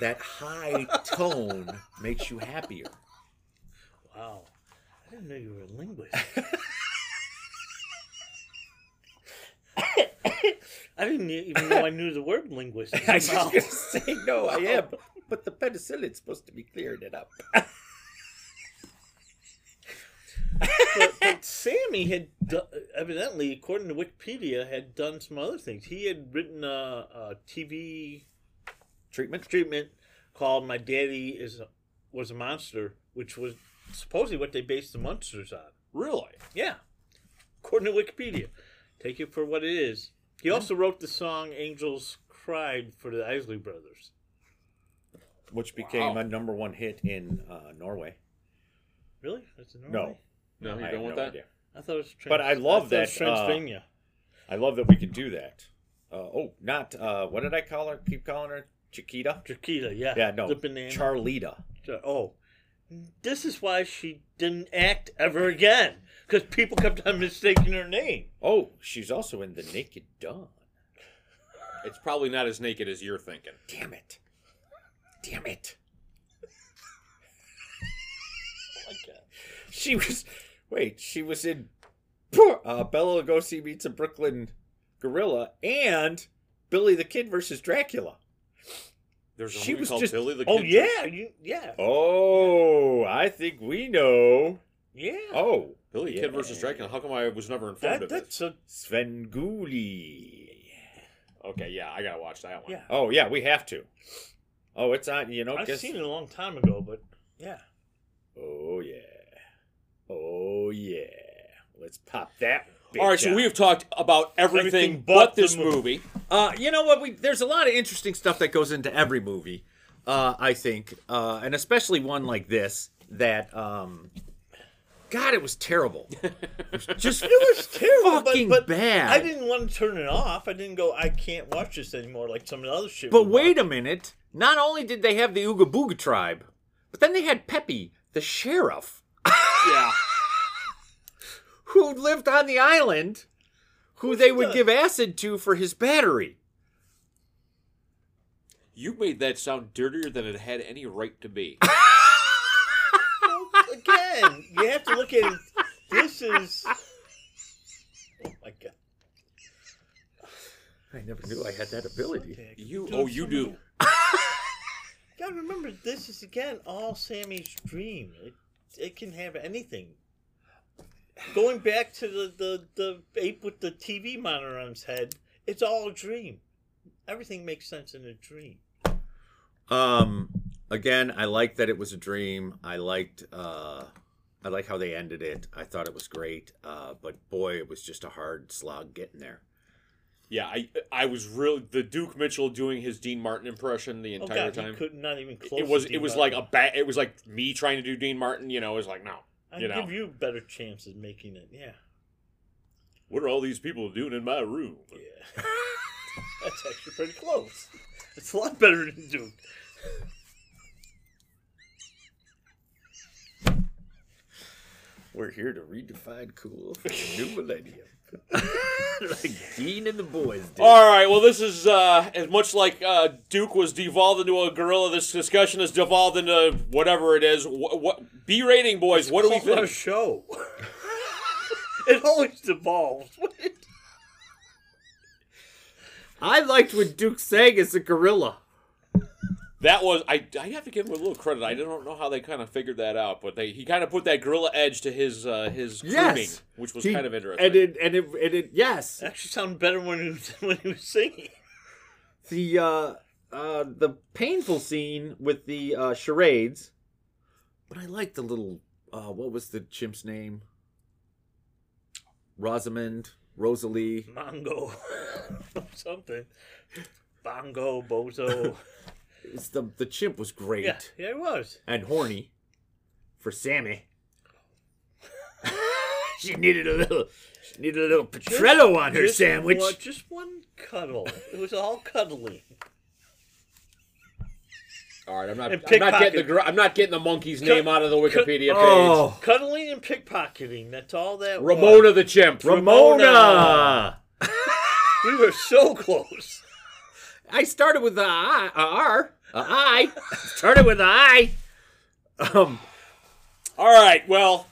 that high tone makes you happier.
Wow. I didn't know you were a linguist. I didn't even know I knew the word linguist.
I was just gonna say no. I am, but the penicillin's supposed to be clearing it up.
but, but Sammy had do- evidently, according to Wikipedia, had done some other things. He had written a, a TV
Treatment.
treatment called "My Daddy Is a, Was a Monster," which was supposedly what they based the monsters on.
Really?
Yeah, according to Wikipedia. Take it for what it is. He also wrote the song "Angels Cried" for the Isley Brothers.
which became
Wow.
a number one hit in uh, Norway.
Really? That's in
No.
Norway?
No, you
I
don't
have
want
no
that.
idea.
I thought it was. Trans-
But I love
thought it was
that, uh,
Transylvania.
I love that we can do that. Uh, oh, not uh, what did I call her? Keep calling her Chiquita.
Chiquita, yeah.
Yeah, no,
The banana.
Charlita.
So- Oh, this is why she didn't act ever again because people kept on mistaking her name.
Oh, she's also in the Naked Dawn.
It's probably not as naked as you're thinking.
Damn it! Damn it! She was. Wait, she was in uh, Bella Lugosi meets a Brooklyn gorilla and Billy the Kid versus Dracula.
There's a
She
movie
was
called
just-
Billy the Kid.
Oh yeah, you, yeah,
Oh, I think we know.
yeah.
Oh,
Billy the Kid versus
Yeah.
Dracula. How come I was never informed
that,
of this?
that's a
Svengoolie.
Okay, yeah, I gotta watch that one.
yeah.
Oh yeah, we have to. Oh, it's on. You know,
I've
guess-
seen it a long time ago, but yeah.
Oh yeah. Oh yeah. Let's pop that. Bitch
All right, so
out.
we have talked about everything,
Everything
but,
but
this
the movie.
movie.
Uh, you know what? We there's a lot of interesting stuff that goes into every movie. Uh, I think, uh, and especially one like this that. Um, God, it was terrible. It was just it was
terrible, but-
fucking
but
bad.
I didn't want to turn it off. I didn't go. I can't watch this anymore. Like some of the other shit.
But wait a minute. Not only did they have the Ooga Booga tribe, but then they had Peppy, the sheriff,
Yeah.
who lived on the island, who they would
the-
give acid to for his battery.
You made that sound dirtier than it had any right to be.
minute. Again, you have to look at it. This is. Oh my god.
I never knew I had that ability.
Okay, I
You
keep doing
oh you
so many-
do.
Gotta remember, this is again all Sammy's dream. It, it can have anything. Going back to the, the, the ape with the TV monitor on his head, it's all a dream. Everything makes sense in a dream.
Um again, I liked that it was a dream. I liked uh I like how they ended it. I thought it was great. Uh but boy, it was just a hard slog getting there.
Yeah, I I was really the Duke Mitchell doing his Dean Martin impression the
Oh
entire
god,
time.
he could not even close.
It was
to
it was
Dean
like a
Martin.
bat. It was like me trying to do Dean Martin. You know, it was like no.
I'd
you know.
give you a better chance at making it. Yeah,
What are all these people doing in my room?
yeah. That's actually pretty close. It's a lot better than Duke.
We're here to redefine cool for the new millennium. like Dean and the boys did.
All right. Well, this is uh, as much like uh, Duke was devolved into a gorilla. This discussion has devolved into whatever it is. What, what B rating, boys? what do we
Call it a
think?
show? it always devolves.
I liked when Duke sang as a gorilla.
That was I. I have to give him a little credit. I don't know how they kind of figured that out, but they he kind of put that gorilla edge to his uh, his
Yes.
screaming, which was
He-
kind of interesting.
And it and it and it yes.
Actually, sounded better when he was, when he was singing.
the uh, uh, the painful scene with the uh, charades, but I like the little uh, what was the chimp's name? Rosamond, Rosalie.
Mongo, something. Bongo, bozo.
It's the the chimp was great
yeah, yeah, it was.
and horny for Sammy. she needed a little, she needed a little petrello on her
Just
sandwich.
One, just one cuddle. It was all cuddling.
All right, I'm not. I'm
And
not
pickpocket.
getting the. gr- I'm not getting the monkey's name out of the
cut-
Wikipedia page.
Oh,
Cuddling and pickpocketing. That's all that was.
Ramona the chimp.
Ramona.
We were so close.
I started with the I, a R, a I. started with a I. Um,
All right, well,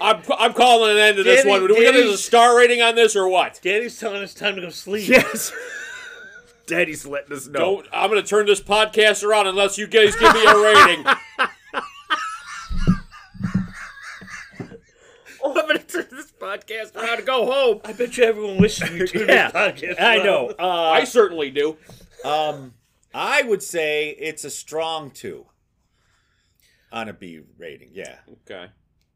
I'm, I'm calling an end to this
Danny-
one. Do we get
Danny-
a star rating on this or what?
Daddy's telling us time to go sleep.
yes. Daddy's letting us know.
Don't, I'm going to turn this podcast around unless you guys give me a rating.
I'm gonna turn this podcast around to go home.
I bet you everyone wishes we turned
Yeah,
this podcast
I
around.
know. Uh,
I certainly do.
Um, I would say it's a strong two on a B rating. Yeah,
Okay,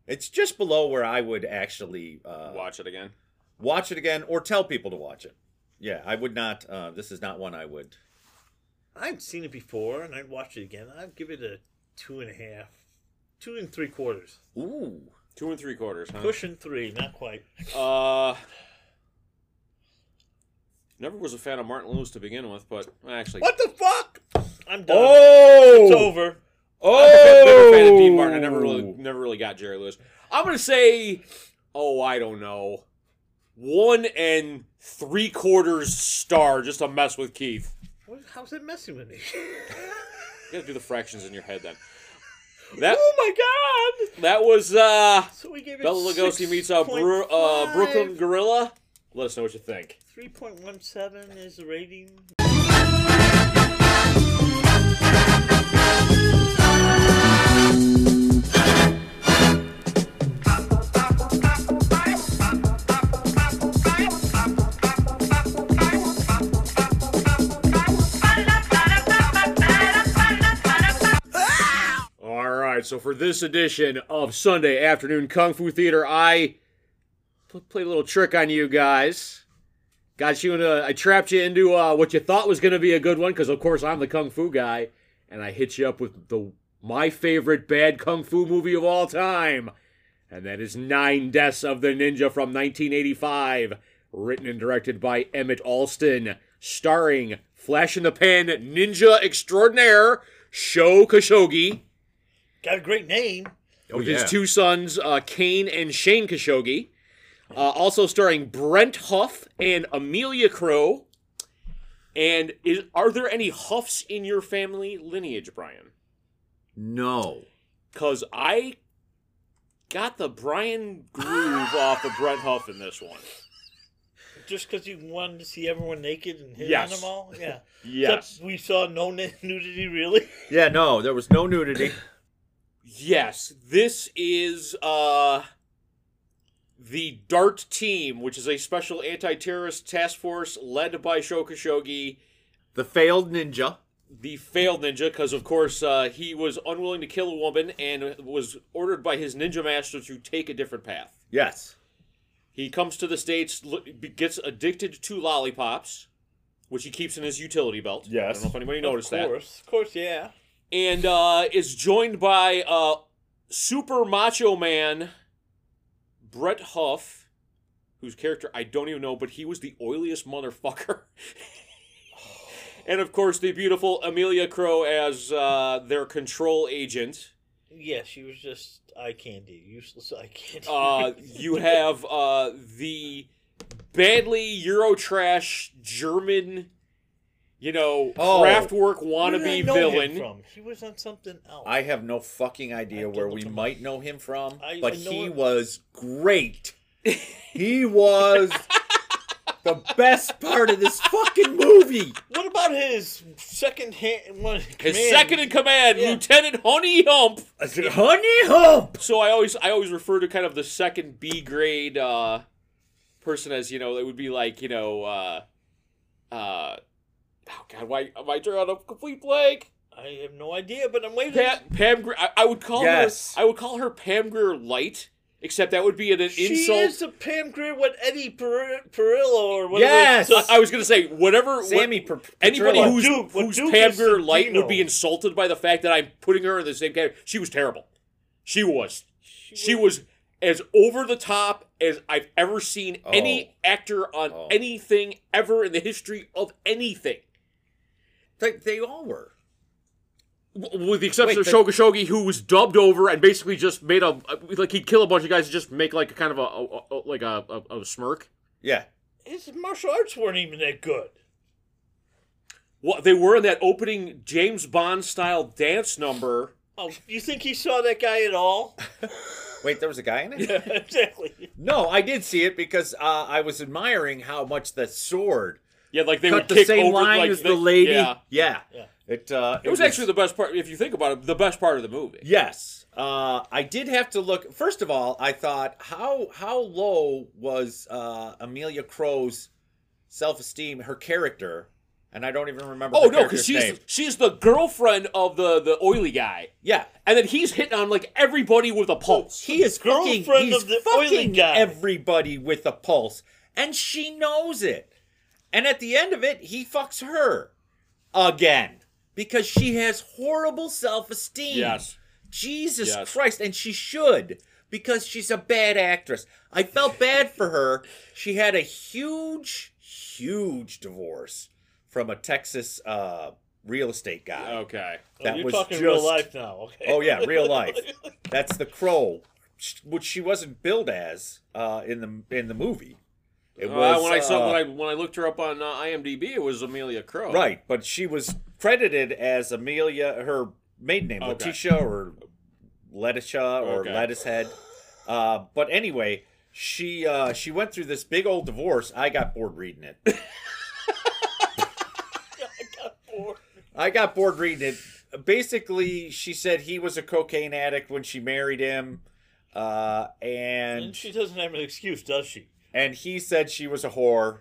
it's just below where I would actually uh,
watch it again.
watch it again or tell people to watch it. Yeah, I would not. Uh, this is not one I would.
I've seen it before, and I'd watch it again. I'd give it a two and a half, two and three quarters,
Ooh,
Two and three quarters, huh?
pushing three, not quite.
Uh, never was a fan of Martin Lewis to begin with, but actually,
What the fuck? I'm done.
oh,
It's over.
I'm a bigger fan of Dean Martin. I never really,
Oh.
never really got Jerry Lewis. I'm gonna say, oh, I don't know, one and three quarters star, just to mess with Keith.
What, how's that messing with me?
You gotta do the fractions in your head then. That
oh my god!
that was uh,
So we gave it.
Bella Lugosi meets a Bru- uh, Brooklyn Gorilla. Let us know what you think.
Three point one seven is the rating.
All right, so for this edition of Sunday Afternoon Kung Fu Theater, I pl- played a little trick on you guys. Got you in a, I trapped you into uh, what you thought was going to be a good one, because of course I'm the Kung Fu guy, and I hit you up with the my favorite bad Kung Fu movie of all time, and that is Nine Deaths of the Ninja from 1985, written and directed by Emmett Alston, starring Flash in the Pan Ninja Extraordinaire Sho Khashoggi
Got a great name.
with
yeah.
his two sons, uh, Kane and Shane Khashoggi. Uh, also starring Brent Huff and Amelia Crow. And is, are there any Huffs in your family lineage, Brian?
No.
Because I got the Brian groove off of Brent Huff in this one.
Just because you wanted to see everyone naked and hit
Yes.
on them all. Yeah.
Yes.
Except we saw no nu- nudity really.
Yeah, no. There was no nudity.
Yes. This is uh, the DART team, which is a special anti terrorist task force led by Sho Khashoggi.
the failed ninja.
the failed ninja because of course uh, he was unwilling to kill a woman and was ordered by his ninja master to take a different path
Yes.
he comes to the states lo- be- gets addicted to lollipops which he keeps in his utility belt i
Yes.
don't know if anybody noticed
of
that
course, of course, yeah.
and uh, is joined by uh, super macho man Brett Huff, whose character I don't even know, but he was the oiliest motherfucker. and of course, the beautiful Amelia Crow as uh, their control agent.
Yeah, she was just eye candy, useless eye candy.
Uh, you have uh, the badly Eurotrash German, you know,
Oh.
craftwork
Where did I
wannabe
know him
villain.
From? He was on something else.
I have no fucking idea
I
where
don't
we
know.
might know him from,
I-
but
I know
he
it-
was great. he was the best part of this fucking movie.
What about his second hand one?
His
command?
second in command,
Yeah.
Lieutenant Honey Hump.
I said, honey hump.
So I always I always refer to kind of the second B grade uh, person as you know it would be like you know uh, uh, oh god why am I drawing a complete blank
I have no idea, but I'm waiting.
Pam Pam Gre- I, I would call
Yes.
her I would call her Pam Greer Light except that would be an, an
she
insult.
is the Pam Grier, what Eddie Per- Perillo or whatever.
Yes!
So-
I, I was gonna say whatever
Sammy. Per-
Anybody
Petrillo.
Well,
who's,
Duke- well,
who's
Duke
Pam
is
Grier Light would be
Santino.
insulted by the fact that I'm putting her in the same category. She was terrible. She was. She was as over the top as I've ever seen any actor on
Oh.
anything ever in the history of anything.
They, they all were.
W- With the exception
Wait,
of Shoga Shogi, who was dubbed over and basically just made a like he'd kill a bunch of guys and just make like a kind of a, a- a- like a, a, a smirk.
Yeah.
His martial arts weren't even that good.
What they were in that opening James Bond style dance number.
Oh, you think he saw that guy at all?
Wait, there was a guy in it?
exactly.
No, I did see it because uh, I was admiring how much the sword
Yeah, like they
cut
would
the
kick
same
over
line
like
as the, lady.
Yeah.
Yeah. yeah.
Yeah.
It, uh,
It was actually the best part. If you think about it, the best part of the movie.
Yes. Uh, I did have to look. First of all, I thought how how low was uh, Amelia Crow's self esteem, her character, and I don't even remember.
Oh
her
no, because
character's
she's
name.
she's the girlfriend of the the oily guy,
yeah.
and then he's hitting on like everybody with a pulse.
He is fucking.
Girlfriend
He's
of the oily
fucking
guy.
everybody with a pulse, and she knows it. And at the end of it, he fucks her again because she has horrible self esteem.
Yes.
Jesus
Yes.
Christ, and she should because she's a bad actress. I felt bad for her. She had a huge, huge divorce from a Texas uh, real estate guy.
Okay.
Oh,
That
you're
was
talking
just-
real life now. Okay.
Oh yeah, real life. That's the crow, sh- which she wasn't billed as uh, in the in the movie. It
uh, when I saw when I when I looked her up on uh, IMDb, it was Amelia Crowe.
right, but she was credited as Amelia. Her maiden name
Okay.
Letitia or Letitia or
Okay.
Lettuce Head. Uh, but anyway, she uh, she went through this big old divorce. I got bored reading it.
Or-
I got bored reading it. Basically, she said he was a cocaine addict when she married him, uh,
and she doesn't have an excuse, does she?
and he said she was a whore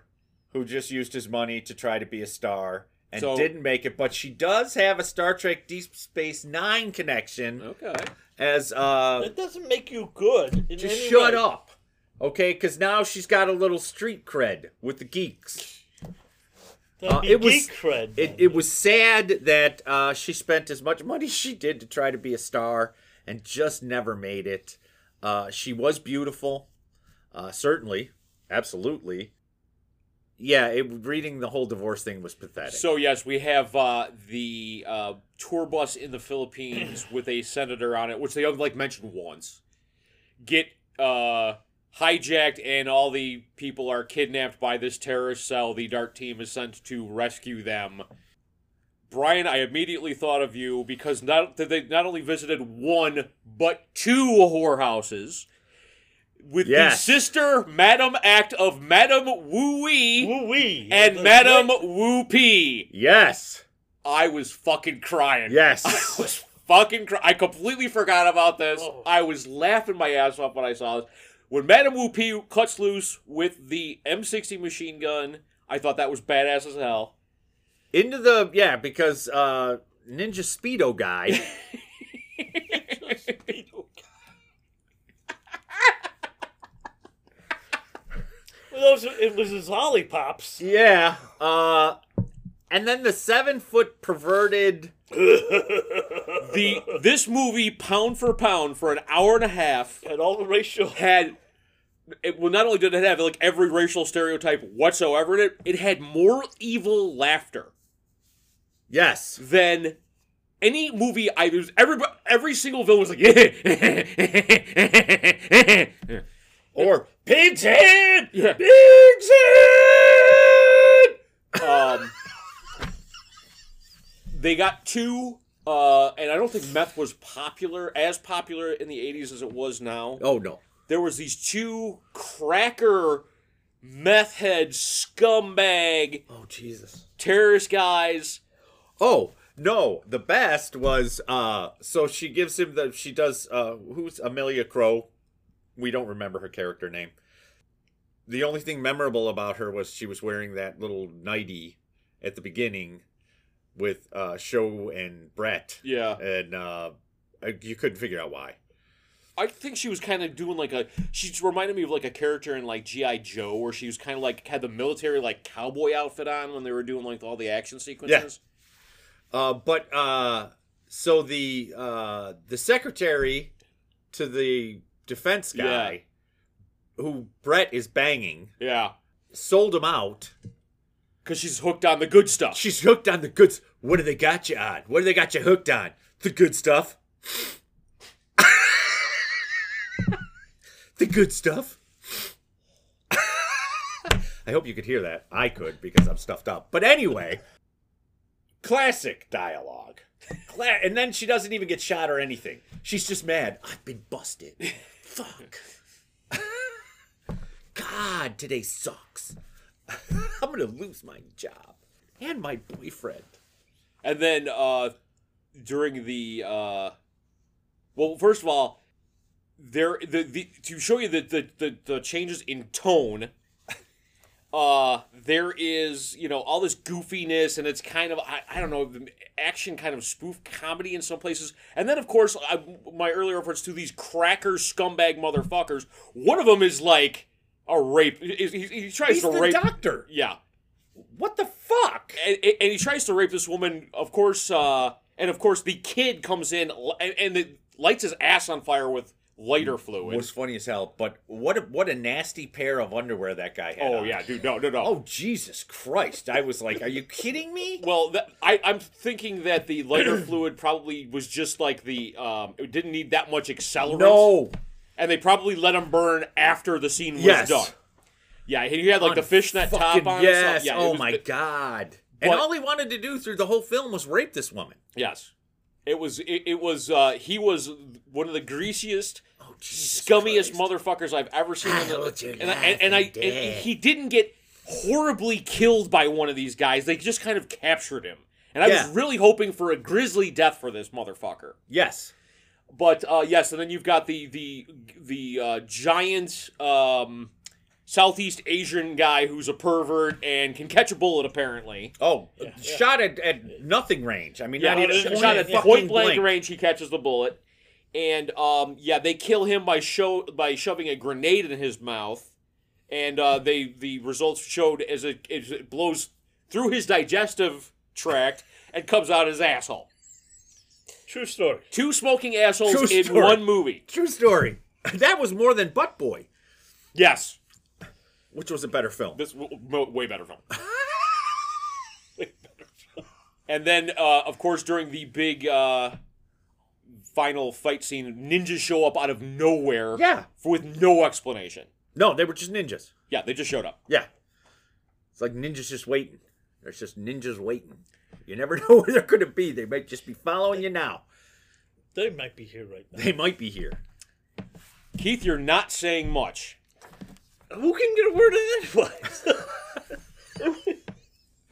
who just used his money to try to be a star and
So-
didn't make it but she does have a star trek deep space nine connection
Okay.
as uh
That doesn't make you good. In
just
any
shut
way.
up okay because now she's got a little street cred with the geeks
That'd
Uh,
be
it was-
geek cred.
it,
then.
it was sad that uh, she spent as much money as she did to try to be a star and just never made it uh, she was beautiful uh, certainly absolutely yeah it, reading the whole divorce thing was pathetic
So yes, we have uh, the uh, tour bus in the Philippines with a senator on it, which they only like mentioned once. Get uh, hijacked, and all the people are kidnapped by this terrorist cell. The Dart team is sent to rescue them. Brian, I immediately thought of you because not that they not only visited one but two whorehouses with
Yes.
the sister Madam Act of Madam Wu Wee
Woo wee.
and Madam Wu P.
Yes.
I was fucking crying. I
Yes.
was fucking cry- I completely forgot about this.
Oh.
I was laughing my ass off when I saw this. When Madam Wu P cuts loose with the M60 machine gun, I thought that was badass as hell.
Into the yeah, because uh Ninja Speedo guy.
Well, those, it was his lollipops.
yeah. Uh and then the seven foot perverted
The this movie pound for pound for an hour and a half
Had all the racial.
had it, well not only did it have like every racial stereotype whatsoever in it, it had more evil laughter.
Yes.
than any movie I there's every every single villain was like yeah
Or Pig's Head!
Yeah.
Pig's Head!
um they got two uh and I don't think meth was popular as popular in the 80s as it was now
Oh no.
there was these two cracker meth head scumbag
Oh Jesus.
terrorist guys.
Oh no, the best was uh so she gives him the she does uh who's Amelia Crow? We don't remember her character name. The only thing memorable about her was she was wearing that little nightie at the beginning with uh Show and Brett.
Yeah.
And uh you couldn't figure out why.
I think she was kind of doing like a. She just reminded me of like a character in like GI Joe, where she was kind of like had the military like cowboy outfit on when they were doing like all the action sequences.
Uh, but uh, so the uh, the secretary to the defense guy, who Brett is banging,
Yeah,
sold him out.
because she's hooked on the good stuff.
She's hooked on the goods. What do they got you on? What do they got you hooked on? The good stuff. the good stuff. I hope you could hear that. I could because I'm stuffed up. But anyway, classic dialogue. Cla- and then she doesn't even get shot or anything. She's just mad. I've been busted. Fuck. God, today sucks. I'm gonna lose my job and my boyfriend.
And then uh during the uh well, first of all, there the, the to show you the, the the the changes in tone. Uh, there is you know all this goofiness and it's kind of I, I don't know action kind of spoof comedy in some places and then of course I, my earlier reference to these cracker scumbag motherfuckers one of them is like a rape he, he, he tries
He's
to
the
rape
doctor.
yeah
What the fuck?
and, and and he tries to rape this woman. Of course, uh, and of course, the kid comes in li- and, and it lights his ass on fire with lighter fluid.
Was funny as hell, but what a, what a nasty pair of underwear that guy had.
oh
on.
yeah, dude, no, no, no.
Oh Jesus Christ! I was like, are you kidding me?
Well, that, I, I'm thinking that the lighter fluid probably was just like the um, it didn't need that much accelerant.
No.
and they probably let him burn after the scene was
Yes.
done. Yeah, he had like the fishnet top
Fucking
on. and
Yes.
stuff. Yeah, it
oh
was-
my God. And
But-
all he wanted to do through the whole film was rape this woman.
Yes, it was. It, it was. Uh, he was one of the greasiest.
Oh Jesus
scummiest
Christ.
motherfuckers I've ever seen.
I
in the-
hold your
and, I-
life
and, and I,
and
and
death.
he didn't get horribly killed by one of these guys. They just kind of captured him. And I
Yeah.
was really hoping for a grisly death for this motherfucker.
Yes.
But uh, yes, and then you've got the the the uh, giant um, Southeast Asian guy who's a pervert and can catch a bullet apparently.
Oh, shot at, at nothing range. I mean,
Yeah,
not even
sh-
point
shot at
fucking
point blank
blank.
range. He catches the bullet, and um, yeah, they kill him by show by shoving a grenade in his mouth, and uh, they the results showed as it, as it blows through his digestive tract and comes out his asshole.
True story.
Two smoking assholes
True
in
story.
one movie.
True story. That was more than Butt Boy,
Yes,
which was a better film.
this w- w- way better film. Way better film. and then, uh, of course, during the big. Uh, Final fight scene, ninjas show up out of nowhere.
Yeah.
for, with no explanation.
No, they were just ninjas.
Yeah, they just showed up.
Yeah. It's like ninjas just waiting. There's just ninjas waiting. You never know where they're going to be. They might just be following you now.
They might be here right now.
They might be here.
Keith, you're not saying much.
Who can get a word in edgewise?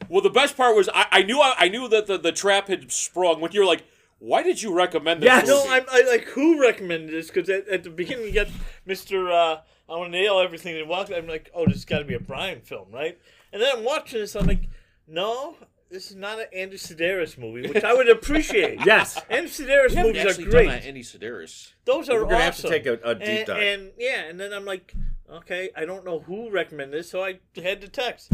Well, the best part was I, I knew I, I knew that the, the trap had sprung when you were like, why did you recommend this?
Yeah,
movie?"
no, I'm I, like who recommended this? Because at, at the beginning you got Mister. Uh, I want to nail everything that walked. I'm like, oh, this has got to be a Brian film, right? And then I'm watching this. I'm like, no, this is not an Andy Sedaris movie, which I would appreciate.
Yes.
Andy Sedaris
We haven't
movies
actually
are
done
great.
that, Andy Sedaris.
Those are
We're going to have to
awesome.
take a, a deep
and,
dive.
and yeah, and then I'm like, okay, I don't know who recommended this, so I had to text.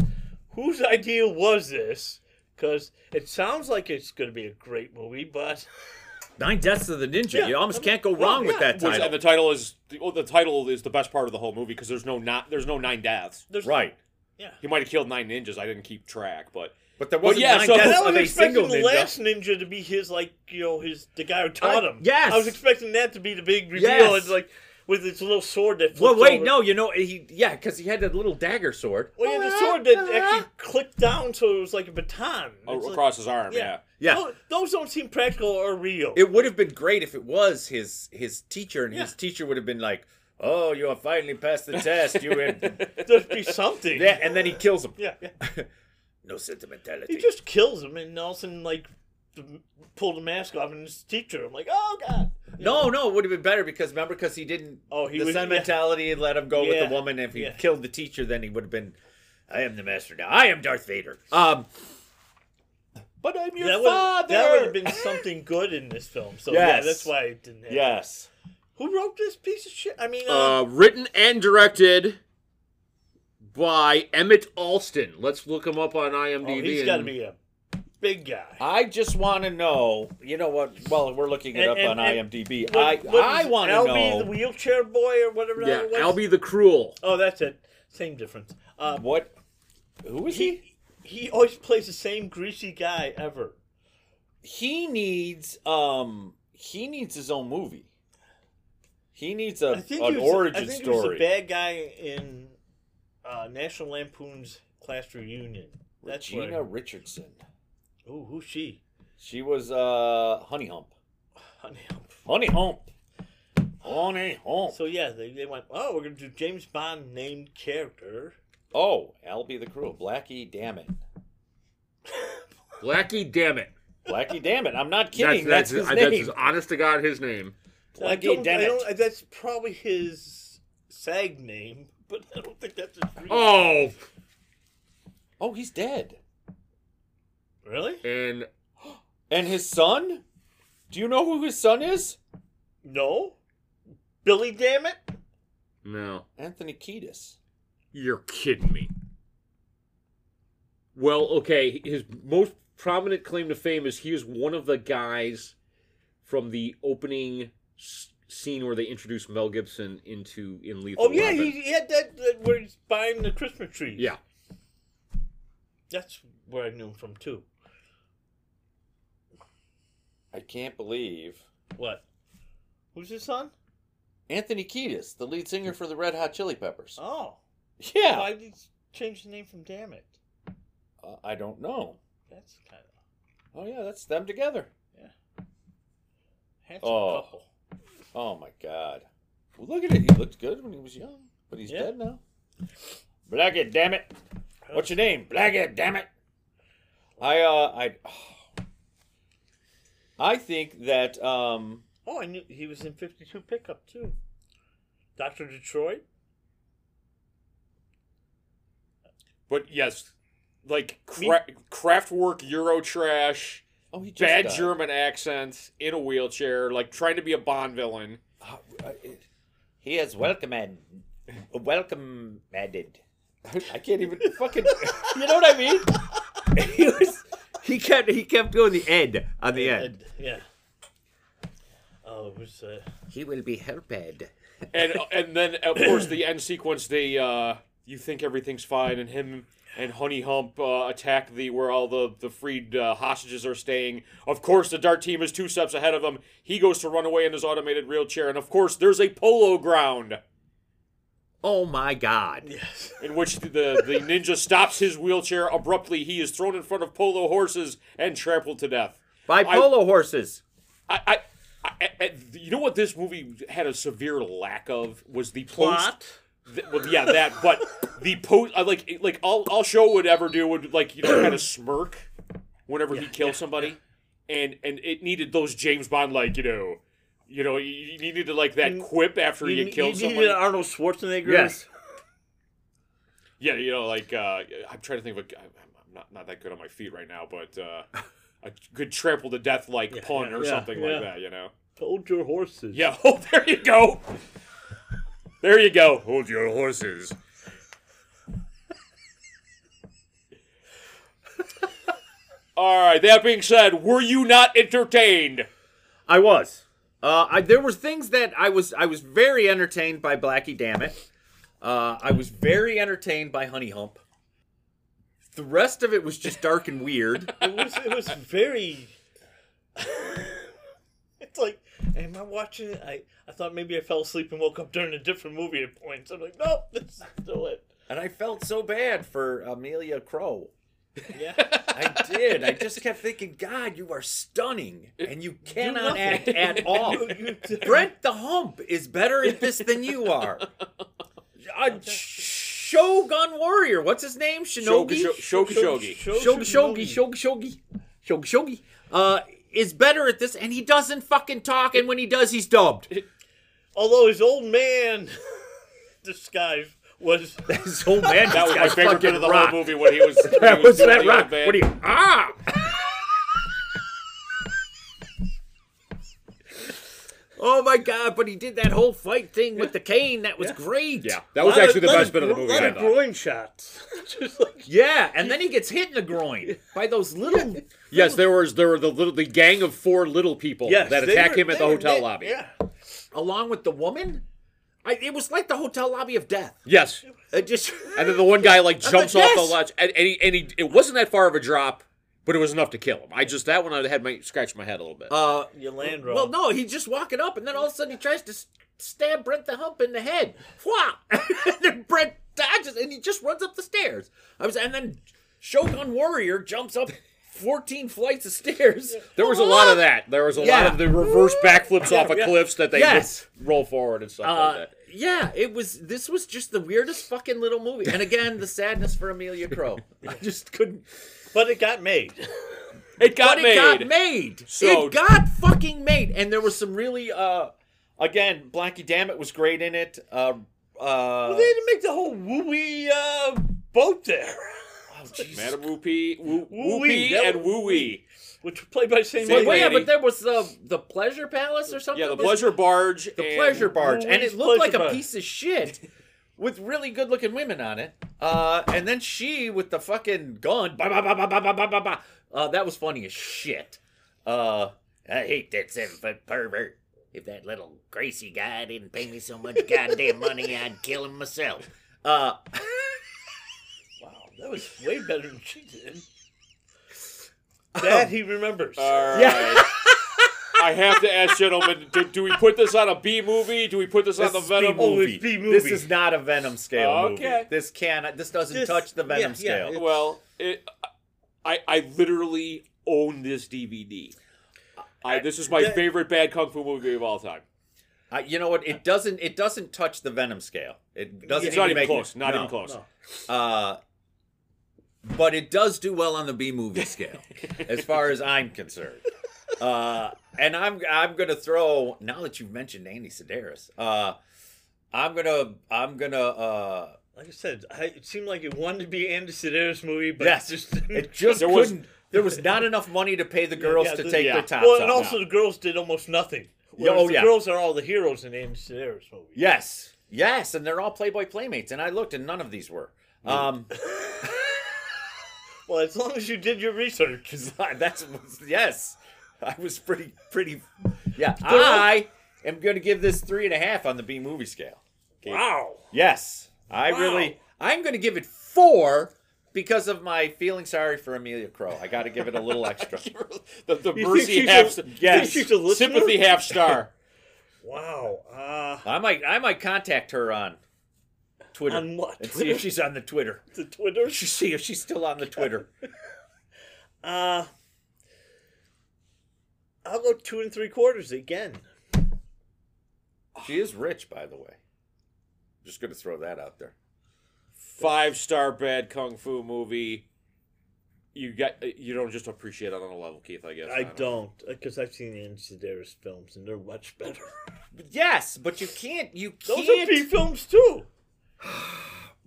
Whose idea was this? Because it sounds like it's going to be a great movie, but
Nine Deaths of the Ninja.
Yeah.
you almost can't go wrong with
yeah.
that
Which,
title.
and the title is the, oh, the title is the best part of the whole movie because there's no not there's no nine deaths.
there's
right.
He might have killed nine ninjas. I didn't keep track, but
But there wasn't
yeah,
nine
so-
And
deaths
I
of
was
a single
expecting the
ninja.
last ninja to be his, like you know, his the guy who taught
I-
him.
yes.
I was expecting that to be the big reveal.
Yes.
It's like with its little sword that.
Well,
flips
wait,
over.
no, you know, he yeah, because he had that little dagger sword.
Well, yeah, the sword that actually clicked down, so it was like a baton.
a-
It's like-
across his arm, yeah.
Yeah.
Tho- Those don't seem practical or real.
It would have been great if it was his his teacher, and his
Yeah.
teacher would have been like, "Oh, you have finally passed the test. You had
There'd be something.
yeah," and then he kills him.
yeah, yeah.
No sentimentality.
He just kills him, and Nelson like the- pulled the mask off, and his teacher. I'm like, oh god.
no, no, it would have been better because remember because he didn't.
Oh, he
the
was-
sentimentality had let him go with
Yeah,
the woman. If he
yeah.
killed the teacher, then he would have been. I am the master now. I am Darth Vader. Um, but I'm your
that would
father.
that would have been something good in this film. So yeah,
Yes.
that's why it didn't. Happen.
yes.
Who wrote this piece of shit? I mean, uh,
Uh, written and directed by Emmett Alston. Let's look him up on
oh,
IMDb.
he's
and-
got to be a big guy.
I just want to know. You know what? Well, we're looking it
And-
up
and- and
on IMDb.
What-
I
what
I
is-
want to
Albie
know
the wheelchair boy or whatever
Yeah,
that was.
Albie the Cruel.
Oh, that's it. Same difference. Uh,
what. Who is he?
he he always plays the same greasy guy ever.
he needs um he needs his own movie. He needs a
I
an
think he was,
origin
I think he was
story.
a bad guy in uh, National Lampoon's Class Reunion. That's what I-
Regina Richardson.
Ooh, who's she?
She was uh Honey Hump.
Honey,
Honey Hump. Honey Hump.
So yeah, they, they went. Oh, we're gonna do James Bond named character.
Oh, Albie the Cruel. Blackie, damn it.
Blackie, damn it.
Blackie, damn it. I'm not kidding. That's,
that's, that's,
his
that's
name.
his- honest to God, his name.
I
Blackie,
don't-
damn
I
it.
don't- That's probably his SAG name, but I don't think that's his. Real.
Oh,
Oh, he's dead.
really?
and
And his son? Do you know who his son is?
No, Billy. Damn it!
no,
Anthony Kiedis.
you're kidding me. Well, okay, his most prominent claim to fame is he is one of the guys from the opening s- scene where they introduce Mel Gibson into in Lethal
Oh yeah,
Weapon.
he, he had that, that where he's buying the Christmas tree.
yeah.
that's where I knew him from too.
I can't believe.
What? Who's his son?
Anthony Kiedis, the lead singer for the Red Hot Chili Peppers.
Oh,
Yeah.
why did he change the name from Damn It?
Uh, I don't know.
That's kind of
Oh yeah, that's them together.
handsome
Oh.
couple.
Oh my god. Well, look at it. He looked good when he was young, but he's
Yeah.
dead now. Blackett, damn it! What's your name? Blackett, damn it! I uh, I. I think that um,
Oh, I knew he was in 52 Pickup too. Doctor Detroit.
But yes, like cra- craftwork Euro trash.
oh he just
bad
died.
German accent in a wheelchair, like trying to be a Bond villain.
Uh, I- He is welcome and welcome added. I can't even fucking. You know what I mean? He was. He kept. He kept going the ed on the end.
And- yeah. Oh, it was. Uh,
He will be helped.
And uh, and then of course the end sequence, they uh, you think everything's fine, and him and Honey Hump uh, attack the where all the the freed uh, hostages are staying. Of course, the Dart team is two steps ahead of them. He goes to run away in his automated wheelchair, and of course, there's a polo ground
Oh my god.
yes.
in which the the, the ninja stops his wheelchair abruptly. He is thrown in front of polo horses and trampled to death.
By
I-
polo horses.
I, I, I, I, you know what this movie had a severe lack of was the plot. well, yeah, that. But the post, I like, it- like all, all show would ever do would like you know kind of smirk whenever he killed somebody, and and it needed those James Bond like you know, you know you- you needed like that quip after he
You,
had killed
you
somebody.
needed Arnold Schwarzenegger.
Yes.
Yeah, you know, like uh, I'm trying to think of a, I'm I'm not not that good on my feet right now, but uh, a good trample to death like pun or
yeah,
something
yeah.
like that, you know.
Hold your horses.
Yeah, oh, there you go. There you go. Hold your horses. All right, that being said, were you not entertained?
I was. Uh, I, there were things that I was. I was very entertained by Blackie. Damn it. Uh, I was very entertained by Honey Hump. The rest of it was just dark and weird.
It was. It was very. it's like, am I watching it? I I thought maybe I fell asleep and woke up during a different movie at points. I'm like, nope, this is still it.
And I felt so bad for Amelia Crow.
Yeah.
I did. I just kept thinking, God, you are stunning, and you cannot
nothing.
act at all. Brent the Hump is better at this than you are. Uh, Shogun Warrior, what's his name? Shinogi.
Shogi Shogi.
Shogi Shogi Shogi Shogi Shogi Shogi uh, is better at this, and he doesn't fucking talk. And when he does, he's dubbed.
Although his old man disguise was
This old man,
That was my favorite bit of the whole movie when he was. when he
That
was
was
doing the
that
old
rock.
band.
What do you? Ah. Oh my god! But he did that whole fight thing with the cane. That was great.
Yeah, that was actually the
Lot
best bit of the movie.
Lot
I
of
thought.
groin shots. Just like
Yeah, and then he gets hit in the groin by those little.
Yes, there was there were the little the gang of four little people
Yes,
that
they
attack
were-
him at
they
the
were-
hotel
they-
lobby.
Yeah.
along with the woman. I, it was like the hotel lobby of death.
Yes,
It just
and then the one guy like jumps
like,
off
yes.
the ledge, and, and he and he it wasn't that far of a drop, but it was enough to kill him. I just that one I had my scratched my head a little bit.
uh,
You land wrong.
well, no, he's just walking up, and then all of a sudden he tries to s- stab Brent the Hump in the head. Wow! and then Brent dodges, and he just runs up the stairs. I was, and then Shogun Warrior jumps up fourteen flights of stairs.
there was a lot of that. There was a lot
Yeah.
of the reverse backflips off of
yeah.
cliffs that they
Yes.
would roll forward and stuff like
Uh,
that.
yeah, it was. This was just the weirdest fucking little movie. And again, the sadness for Amelia Crow. I just couldn't.
But it got made.
It got
but
made.
it got made.
So-
it got fucking made, and there was some really. uh Again, Blackie Dammit was great in it. Uh, uh,
They had to make the whole wooey uh, boat there,
Madam Whoopee, Woo-
Woo-wee,
Whoopee,
that
and
was-
Woo-wee.
which was played by the same
Same
lady.
well, yeah,
lady.
but there was the the pleasure palace or something.
Yeah, the
was-
pleasure barge.
the
and-
pleasure barge, and
Louise
it looked like
Pleasure
a
Barge.
piece of shit with really good looking women on it. Uh, and then she with the fucking gun, bah, bah, bah, bah, bah, bah, bah, bah, bah. Uh, that was funny as shit. Uh, I hate that seven foot pervert. If that little Gracie guy didn't pay me so much goddamn money, I'd kill him myself. Uh,
Wow, that was way better than she did. That he remembers.
All
Yeah.
right. I have to ask, gentlemen, do, do we put this on a B movie? Do we put this, on
This
the
is
Venom
B movie.
oh,
movie? Oh,
it's B movie.
this is not a Venom scale
Okay.
movie. This cannot. This doesn't
This-
touch the Venom
yeah, yeah,
scale.
it-
Well, it, I I literally own this DVD. I, this is my
that-
favorite bad kung fu movie of all time.
Uh, you know what? It doesn't. It doesn't touch the Venom scale. It doesn't.
It's not even
make-
close. Not
no.
even close.
No.
Uh, but it does do well on the B movie scale, as far as I'm concerned. Uh, and I'm I'm gonna throw now that you've mentioned Andy Sedaris. Uh, I'm gonna I'm gonna uh,
Like I said, I, it seemed like it wanted to be Andy Sedaris movie, but
yes,
it just
it just
There was-
couldn't. there was not enough money to pay the girls
yeah,
to
the-
take
yeah.
their tops
Well, and
off.
also the girls did almost nothing.
Yeah,
Whereas
oh,
the
yeah.
girls are all the heroes in Andy Sedaris movie.
yes, yes, and they're all Playboy playmates. And I looked, and none of these were. Um,
Well, as long as you did your research.
That's yes. I was pretty pretty. Yeah, I am going to give this three and a half on the B movie scale.
Wow.
Yes, I really. I'm going to give it four because of my feeling sorry for Amelia Crow. I got to give it a little extra.
The, the
You think
mercy
she's a-
half,
you
think
she's a listener?
sympathy half star.
Wow. Uh,
I might I might contact her on Twitter
on what?
and see if she's on the Twitter.
the Twitter?
See if she's still on the Twitter.
Uh, I'll go two and three quarters again.
She is rich, by the way. Just going to throw that out there.
Five star bad kung fu movie. You got you don't just appreciate it on a level, Keith. I guess
I don't, because I've seen Andy Sedaris films and they're much better.
Yes, but you can't. You
Those
can't.
are B films too.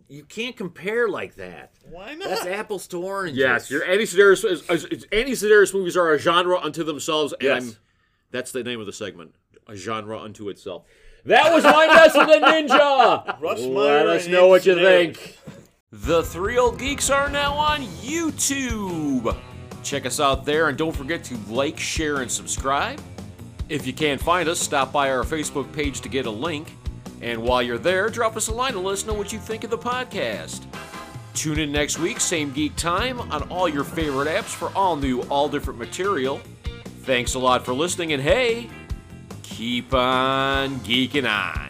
you can't compare like that.
Why
That's
not?
apples to oranges.
Yes, your Andy Sedaris is, is, is- Andy Sedaris movies are a genre unto themselves, and
Yes.
I'm, that's the name of the segment, a genre unto itself. That was my mess of the ninja.
Russ
Let
Meyer
us
and
know what
Andy
you
Sedaris.
think. The Three Old Geeks are now on YouTube. Check us out there, and don't forget to like, share, and subscribe. If you can't find us, stop by our Facebook page to get a link. And while you're there, drop us a line and let us know what you think of the podcast. Tune in next week, same geek time, on all your favorite apps for all new, all different material. Thanks a lot for listening, and hey, keep on geeking on.